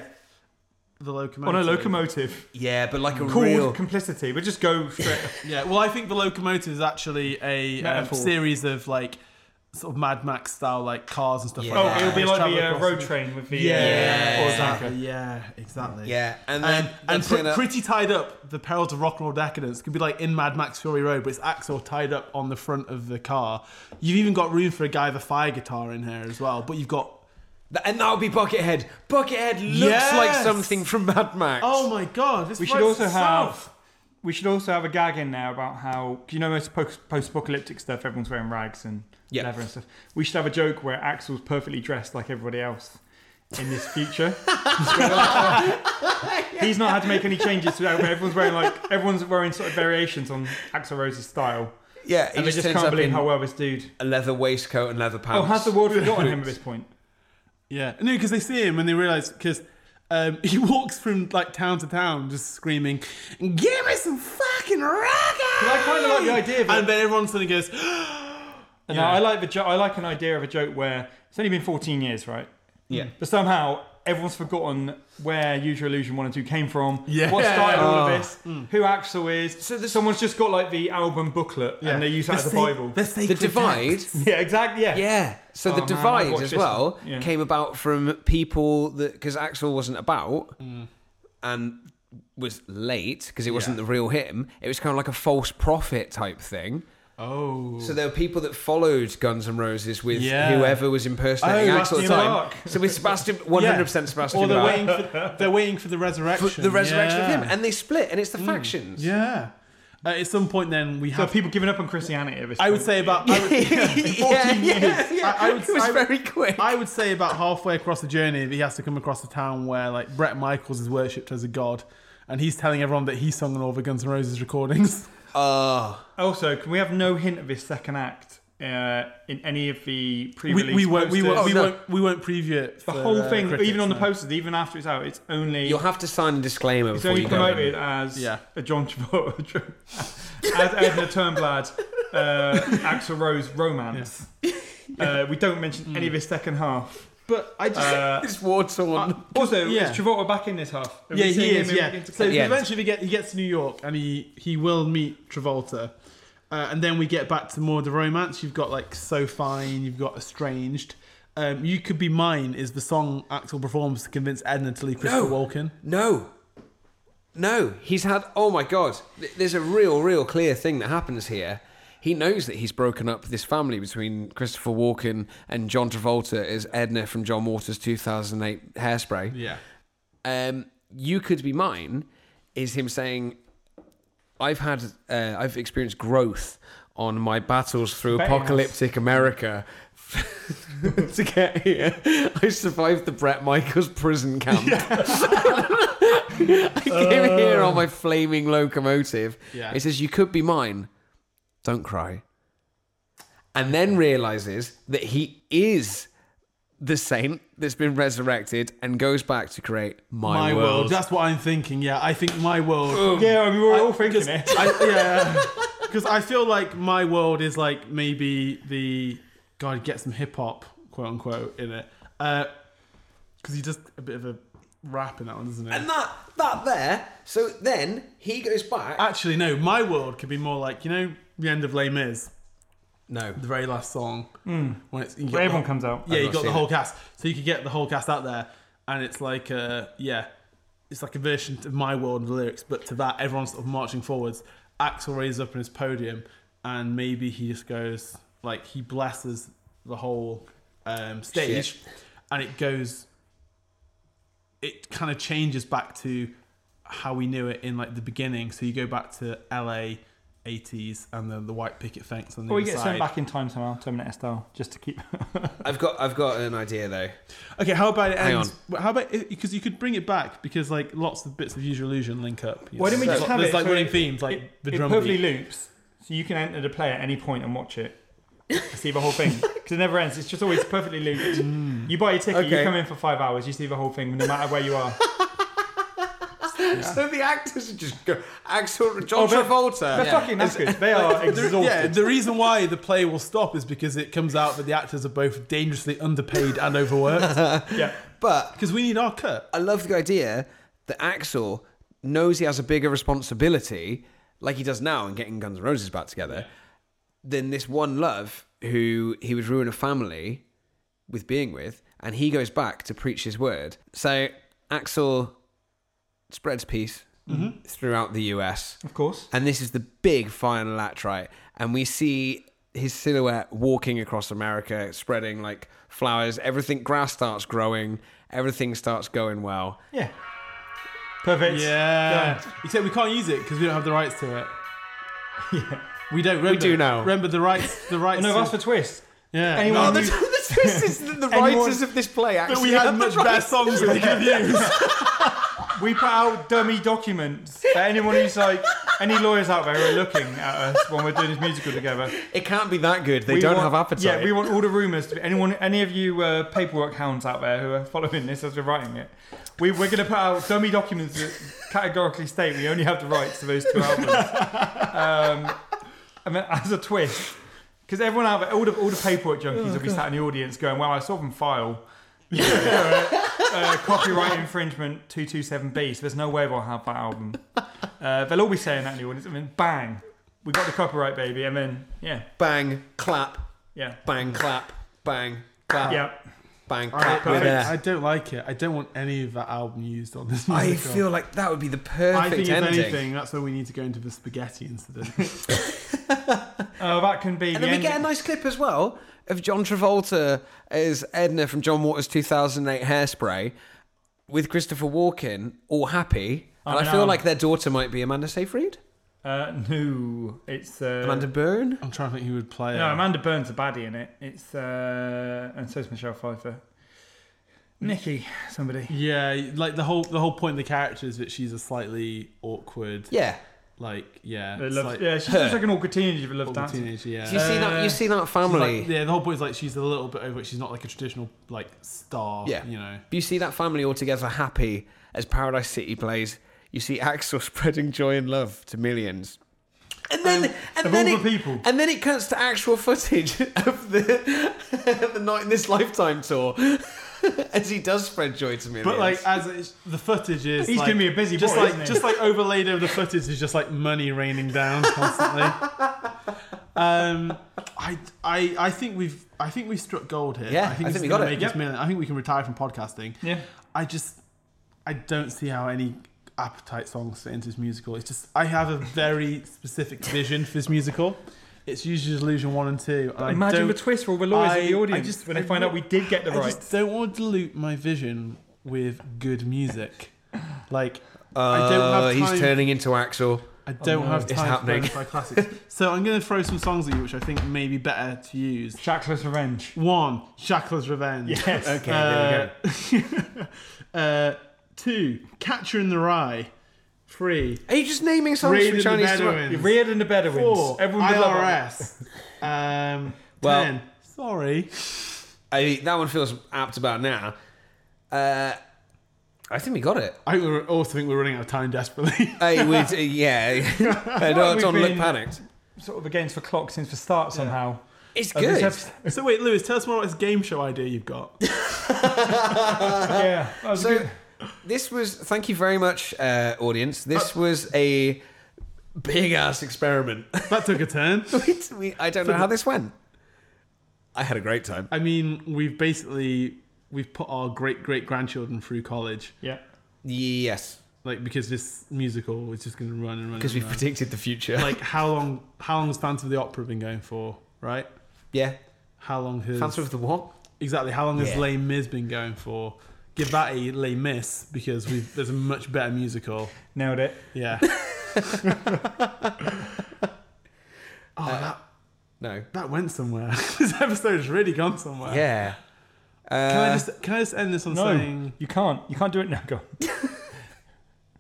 the On locomotive. a Oh, locomotive. yeah, but like a Called real. complicity. We just go straight. Yeah, well, I think the locomotive is actually a um, Metaphor. series of like sort of Mad Max style like cars and stuff. Yeah. like oh, that. it'll be Just like travel the uh, across road the- train with the Yeah, uh, Yeah. exactly. Exactly. Yeah, exactly. yeah, and then And, and that's it, pre- uh, pretty tied up, the peril to rock and roll decadence could be like in Mad Max Fury Road, but it's Axel tied up on the front of the car. You've even got room for a guy with a fire guitar in here as well, but you've got th- and that would be Buckethead. Buckethead looks Yes. like something from Mad Max. oh my god, this We should writes also have. itself. We should also have a gag in there about how 'cause you know most post apocalyptic stuff. Everyone's wearing rags and Yeah. leather and stuff. We should have a joke where Axel's perfectly dressed like everybody else in this future. He's not had to make any changes to that. But everyone's wearing like everyone's wearing sort of variations on Axel Rose's style, yeah, he and just they just turns can't up believe in how well this dude. a leather waistcoat and leather Oh, pants. has the world forgotten him at this point? Yeah, no, because they see him and they realize because um, he walks from like town to town just screaming, "Give me some fucking reggae!" I kinda like the idea of it. and then everyone suddenly goes, And I like the jo- I like an idea of a joke where it's only been 14 years, right? Yeah. But somehow everyone's forgotten where Usual Illusion 1 and 2 came from, Yeah. Hmm. what started all Oh. of this, who Axel is. So someone's just got like the album booklet and they use that as a sa- Bible. the sacred divide. text. Yeah, exactly. Yeah. Yeah. So Oh, the man, I'd divide watch as this. well Yeah. came about from people that because Axel wasn't about Mm. and was late because it wasn't the real him. It was kind of like a false prophet type thing. Oh, So there were people that followed Guns N' Roses with Yeah. whoever was impersonating Oh, Axel at the Sebastian time. Bach. So with Sebastian, one Yeah. hundred percent Sebastian. or they're Bach. waiting for they're waiting for the resurrection, the resurrection yeah. Mm. of him, and they split, and it's the factions. yeah. Uh, at some point, then we So have. are people giving up on Christianity at this I would point? say about I would, yeah, yeah, yeah. I- I would- it was I would- very quick. I would say about halfway across the journey, that he has to come across a town where like Brett Michaels is worshipped as a god, and he's telling everyone that he sung on all the Guns N' Roses recordings. Oh, Also, can we have no hint of his second act uh, in any of the pre We, release? we won't, we won't, posters. we Oh, no. won't, we won't preview it. The for, whole uh, thing, critics, even on the no. posters, even after it's out, it's only. you'll have to sign a disclaimer It's before only you go. in. promoted as Yeah. a John Travolta, as Edna Turnblad, uh, Axel Rose romance. Uh, we don't mention any of his second half. But I just, Uh, It's war torn. also, yeah. is Travolta back in this half? Have we yeah, seen he him is. in- Yeah. in- So Yeah. eventually, we get he gets to New York, and he he will meet Travolta, uh, and then we get back to more of the romance. You've got like so fine, you've got estranged. Um, you could be mine is the song Axel performs to convince Edna to leave Christopher Walken. No. No. He's had. Oh my God. Th- There's a real, real clear thing that happens here. He knows that he's broken up this family between Christopher Walken and John Travolta as Edna from John Waters' 2008 Hairspray. Yeah. Um, you could be mine is him saying, I've had, uh, I've experienced growth on my battles through Bet he has. apocalyptic America to get here. I survived the Brett Michaels prison camp. I came here on my flaming locomotive. Uh. Yeah. It says, You could be mine. Don't cry. And then realizes that he is the saint that's been resurrected and goes back to create my, My world. world. That's what I'm thinking. Yeah, I think my world. yeah, um, I mean, we're all I- 'cause thinking it. I, yeah, because I feel like my world is like maybe the God get some hip hop quote unquote in it. Uh, Because he does a bit of a rap in that one, doesn't he? And that that there. So then he goes back. Actually, no. My world could be more like you know the end of Les Mis, no. the very last song when it's you Where get the- everyone Hmm. comes out. Yeah, you not got the seen whole cast, so you could get the whole cast out there, and it's like uh yeah, it's like a version of my world and the lyrics, but to that everyone's sort of marching forwards. Axel raises up in his podium, and maybe he just goes like he blesses the whole um, stage, and it goes. It kind of changes back to how we knew it in like the beginning. So you go back to LA. 80s and then the white picket fence on the Or we inside. get sent back in time somehow, Terminator style, just to keep. I've got I've got an idea though. Okay, how about it Hang ends? well, How about because you could bring it back because like lots of bits of Usual Illusion link up. you Why know. didn't we So just have there's it? like so running it- themes like it, the it drum perfectly beat. loops, so you can enter the play at any point and watch it. see the whole thing because it never ends. It's just always perfectly looped. Mm. You buy your ticket, Okay. you come in for five hours, you see the whole thing, no matter where you are. so the actors are just go, Axel, John Oh, they're- Travolta. They're fucking knackered. They are exhausted. Yeah, the reason why the play will stop is because it comes out that the actors are both dangerously underpaid and overworked. Yeah. But Because we need our cut. I love the idea that Axel knows he has a bigger responsibility, like he does now in getting Guns N' Roses back together, than this one love who he would ruin a family with being with, and he goes back to preach his word. So Axel spreads peace Mm-hmm. throughout the US. Of course. And this is the big final act, right? And we see his silhouette walking across America, spreading like flowers. Everything, grass starts growing. Everything starts going well. Yeah. Perfect. Yeah. You said we can't use it because we don't have the rights to it. Yeah. We don't. Remember, do now. Remember the rights. The rights. to- No, that's the twist. yeah. anyone Oh, Oh, the, the- twist is that the Anyone- writers of this play actually But we had had the much rights. better songs than they could use. We put out dummy documents for anyone who's like, any lawyers out there who are looking at us when we're doing this musical together. It can't be that good. They We don't want- have appetite. Yeah, we want all the rumours to be anyone, any of you uh, paperwork hounds out there who are following this as we're writing it. We, we're going to put out dummy documents that categorically state we only have the rights to those two albums. Um, and then as a twist, because everyone out there, all the, all the paperwork junkies will be sat in the audience going, "Well, I saw them file." uh, copyright infringement 227B, so there's no way we'll have that album. Uh, they'll all be saying that in the audience, and then bang, we got the copyright, baby, and then, yeah, bang, clap, yeah. bang, clap, bang, clap, Yeah. bang, clap. right, We're perfect. there. I don't like it. I don't want any of that album used on this. I musical. feel like that would be the I think if perfect ending. anything, that's where we need to go into the spaghetti incident. Oh, that can be And the then we get a ending. nice clip as well of John Travolta as Edna from John Waters' 2008 Hairspray with Christopher Walken, all happy. And Oh, I feel no. like their daughter might be Amanda Seyfried? Uh, no, it's uh, Amanda Byrne? I'm trying to think who would play No, it. Amanda Burns a baddie in it. It's uh, and so's Michelle Pfeiffer. Nikki, somebody. Yeah, like the whole the whole point of the character is that she's a slightly awkward, Yeah. like yeah, That loves, slight- yeah, she's just like an awkward teenager who loves awkward dancing. teenager. Yeah, Do you see that? You see that She's family? like- yeah, the whole point is like she's a little bit over. it. She's not like a traditional like star. Yeah. you know. You see that family all together happy as Paradise City plays. You see Axel spreading joy and love to millions. And then, and of then all it, the people. and then it cuts to actual footage of the the night in this lifetime tour as he does spread joy to millions. But like as it's, the footage is, He's like, gonna be a busy just boy, like isn't he? just like overlaid over the footage is just like money raining down constantly. um, I, I I think we've I think we struck gold here. Yeah, I think, I this think is we got gonna it. make us million. I think we can retire from podcasting. Yeah. I just I don't see how any appetite songs fit into this musical. It's just I have a very specific vision for this musical. It's usually illusion one and two. and I Imagine don't- the twist for all the lawyers I- in the I audience just- when they I find out we want- did get the I rights. just don't want to dilute my vision with good music. Like I don't have time. Uh, he's turning into Axel. I don't have It's time happening. for my classics. so I'm going to throw some songs at you, which I think may be better to use. Shackless Revenge. One, Shackler's Revenge. Yes. Okay, Uh, uh, two, Catcher in the Rye. Three, Are you just naming songs Raid from of the Chinese? Bedouins. You're reared in the Bedouins. four, Everyone would love that. IRS. Um, Well- ten. Sorry. I, that one feels apt about now. Uh, I think we got it. I would also think we're running out of time desperately. I would, uh, yeah. I know We've John looked been- panicked. Sort of against for clock since the start somehow. It's Of this good. episode. so wait, Lewis, tell us more about this game show idea you've got. Uh-huh. yeah. That was So- good. This was. Thank you very much, uh, audience. This was a big ass experiment. That took a turn. It's- we- I don't know how this went. I had a great time. I mean, we've basically we've put our great great grandchildren through college, Yeah. Yes, like because this musical is just going to run and run. because and we run. predicted the future. like how long how long has Phantom of the Opera been going for, right? yeah, How long has Phantom of the what? exactly how long Yeah. has Les Mis been going for? Give that a Les Mis because we've, there's a much better musical. Nailed it. Yeah. oh, that, No. that went somewhere. this episode's really gone somewhere. Yeah. Can I Uh, just can I just end this on No, saying you can't. You can't do it now. Go. on. can I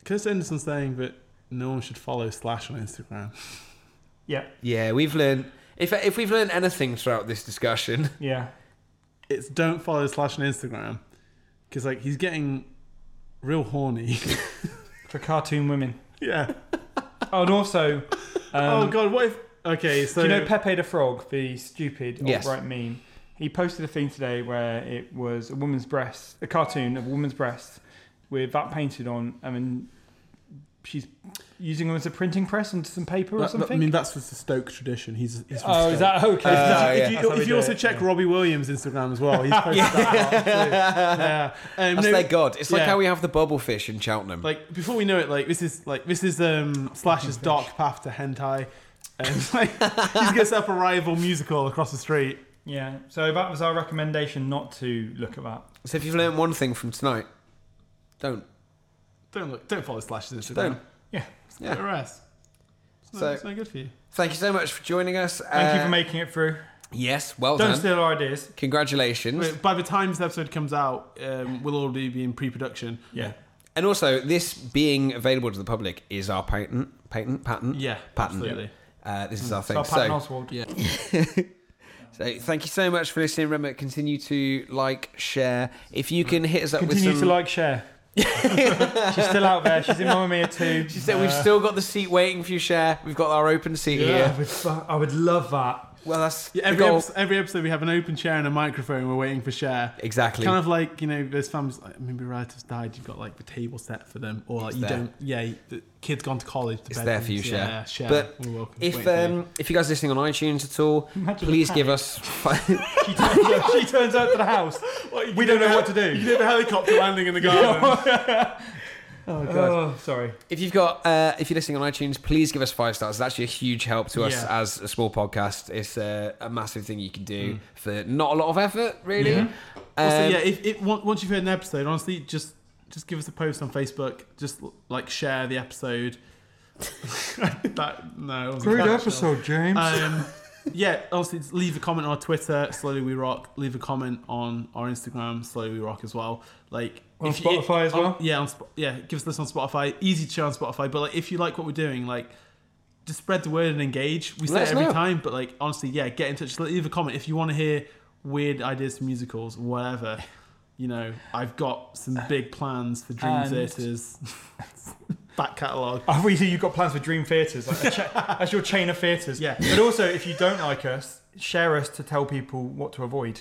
just end this on saying that no one should follow Slash on Instagram. Yeah. Yeah, we've learned. If if we've learned anything throughout this discussion, Yeah. It's don't follow Slash on Instagram because like he's getting real horny. for cartoon women. Yeah. Oh, and also, oh god, what if? Okay, so do you know Pepe the Frog, the stupid Yes. alt-right meme? He posted a thing today where it was a woman's breast, a cartoon of a woman's breast with that painted on, and then she's using them as a printing press onto some paper or That- that- something. I mean, that's just the Stoke tradition. He's, he's from oh, Stoke. is that okay? Is that- yeah. if you, that's how if we you do also it. check Robbie Williams' Instagram as well, he's posted that. a lot, too. Yeah. Um, That's no, their god. It's like yeah. how we have the bubble fish in Cheltenham. like before we know it, like this is like this is um Slash's dark path to hentai. And like he's gonna set up a rival musical across the street. Yeah, so that was our recommendation not to look at that. so if you've learned one thing from tonight, don't. Don't look, don't follow Slash's Instagram. Don't. Yeah. Look at the rest. It's not, So- it's not good for you. Thank you so much for joining us. Thank you Uh, for making it through. Yes, well Don't done. steal our ideas. Congratulations. But by the time this episode comes out, um, we'll already be in pre-production. Yeah. And also, this being available to the public is our patent, patent, patent, Yeah, patent. absolutely. Hmm. Uh, this is our thing. So, Patton So, Oswald. so, thank you so much for listening. Remember, continue to like, share. If you can hit us up Continue with to some, like share. She's still out there. She's in Mamma Mia too. Uh, She said we've uh, still got the seat waiting for you. Share. We've got our open seat Yeah, I here. would, fu- I would love that. Well, that's Yeah, the every, goal. episode, every episode we have an open chair and a microphone. We're waiting for share. Exactly. Kind of like you know, there's families like maybe relatives died. You've got like the table set for them, or like you there. don't. Yeah, the kid's gone to college. The It's there for you, bedrooms, Cher. Yeah, share. But we're welcome. if waiting for you. um, if you guys are listening on iTunes at all, Imagine please the give us five. She turns, up, she turns up to the house. we don't know what to you do. have a helicopter landing in the garden. Oh, sorry. If you've got, uh, if you're listening on iTunes, please give us five stars. It's actually a huge help to us Yeah. as a small podcast. It's uh, a, a massive thing you can Mm. do for not a lot of effort, really. also, Um, yeah, if, if on- once you've heard an episode, honestly, just just give us a post on Facebook. Just like share the episode. that no, it wasn't professional. James. Um, yeah, honestly, just leave a comment on our Twitter, Slowly We Rock. Leave a comment on our Instagram, Slowly We Rock as well. Like On Spotify as on- well? yeah, on, Sp- yeah. Give us this on Spotify. Easy to share on Spotify. But like, if you like what we're doing, like, just spread the word and engage. We say Let it us every know. time, but like, honestly, yeah, get in touch. Leave a comment if you want to hear weird ideas for musicals, whatever. You know, I've got some big plans for Dream And- Theaters back catalogue. Oh, we see you've got plans for Dream Theatres. Like a cha- that's your chain of theatres. Yeah. But also, if you don't like us, share us to tell people what to avoid.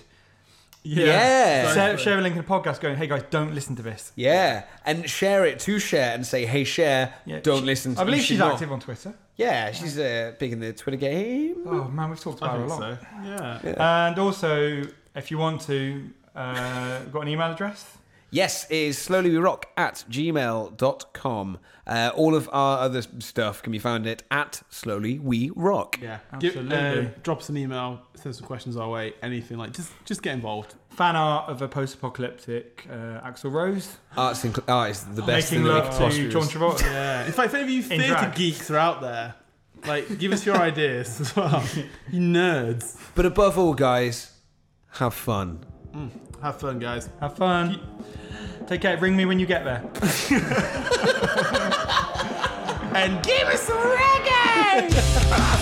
Yeah. So- Share, share a link in the podcast going, hey guys, don't listen to this. Yeah. and share it to share and say, "Hey, share, Yeah, don't she- listen." to I believe you should she's not." active on Twitter. Yeah, she's uh, big in the Twitter game. Oh man, we've talked I about her a think lot. so. Yeah. And also, if you want to, uh, got an email address? Yes, it is slowly we rock at gmail.com. Uh, all of our other stuff can be found at at slowly we rock. Yeah, Absolutely. Give, uh, drop us an email, send some questions our way, anything like just just get involved. Fan art of a post-apocalyptic uh, Axel Rose Arts and cl- art is the best. thing making that we love could possibly to John Travolta. Yeah. In fact, if any of you In theatre drag. geeks are out there, like give us your ideas as well. you nerds. But above all, guys, have fun. Have fun, guys. Have fun. Take care. Ring me when you get there. Give us some reggae!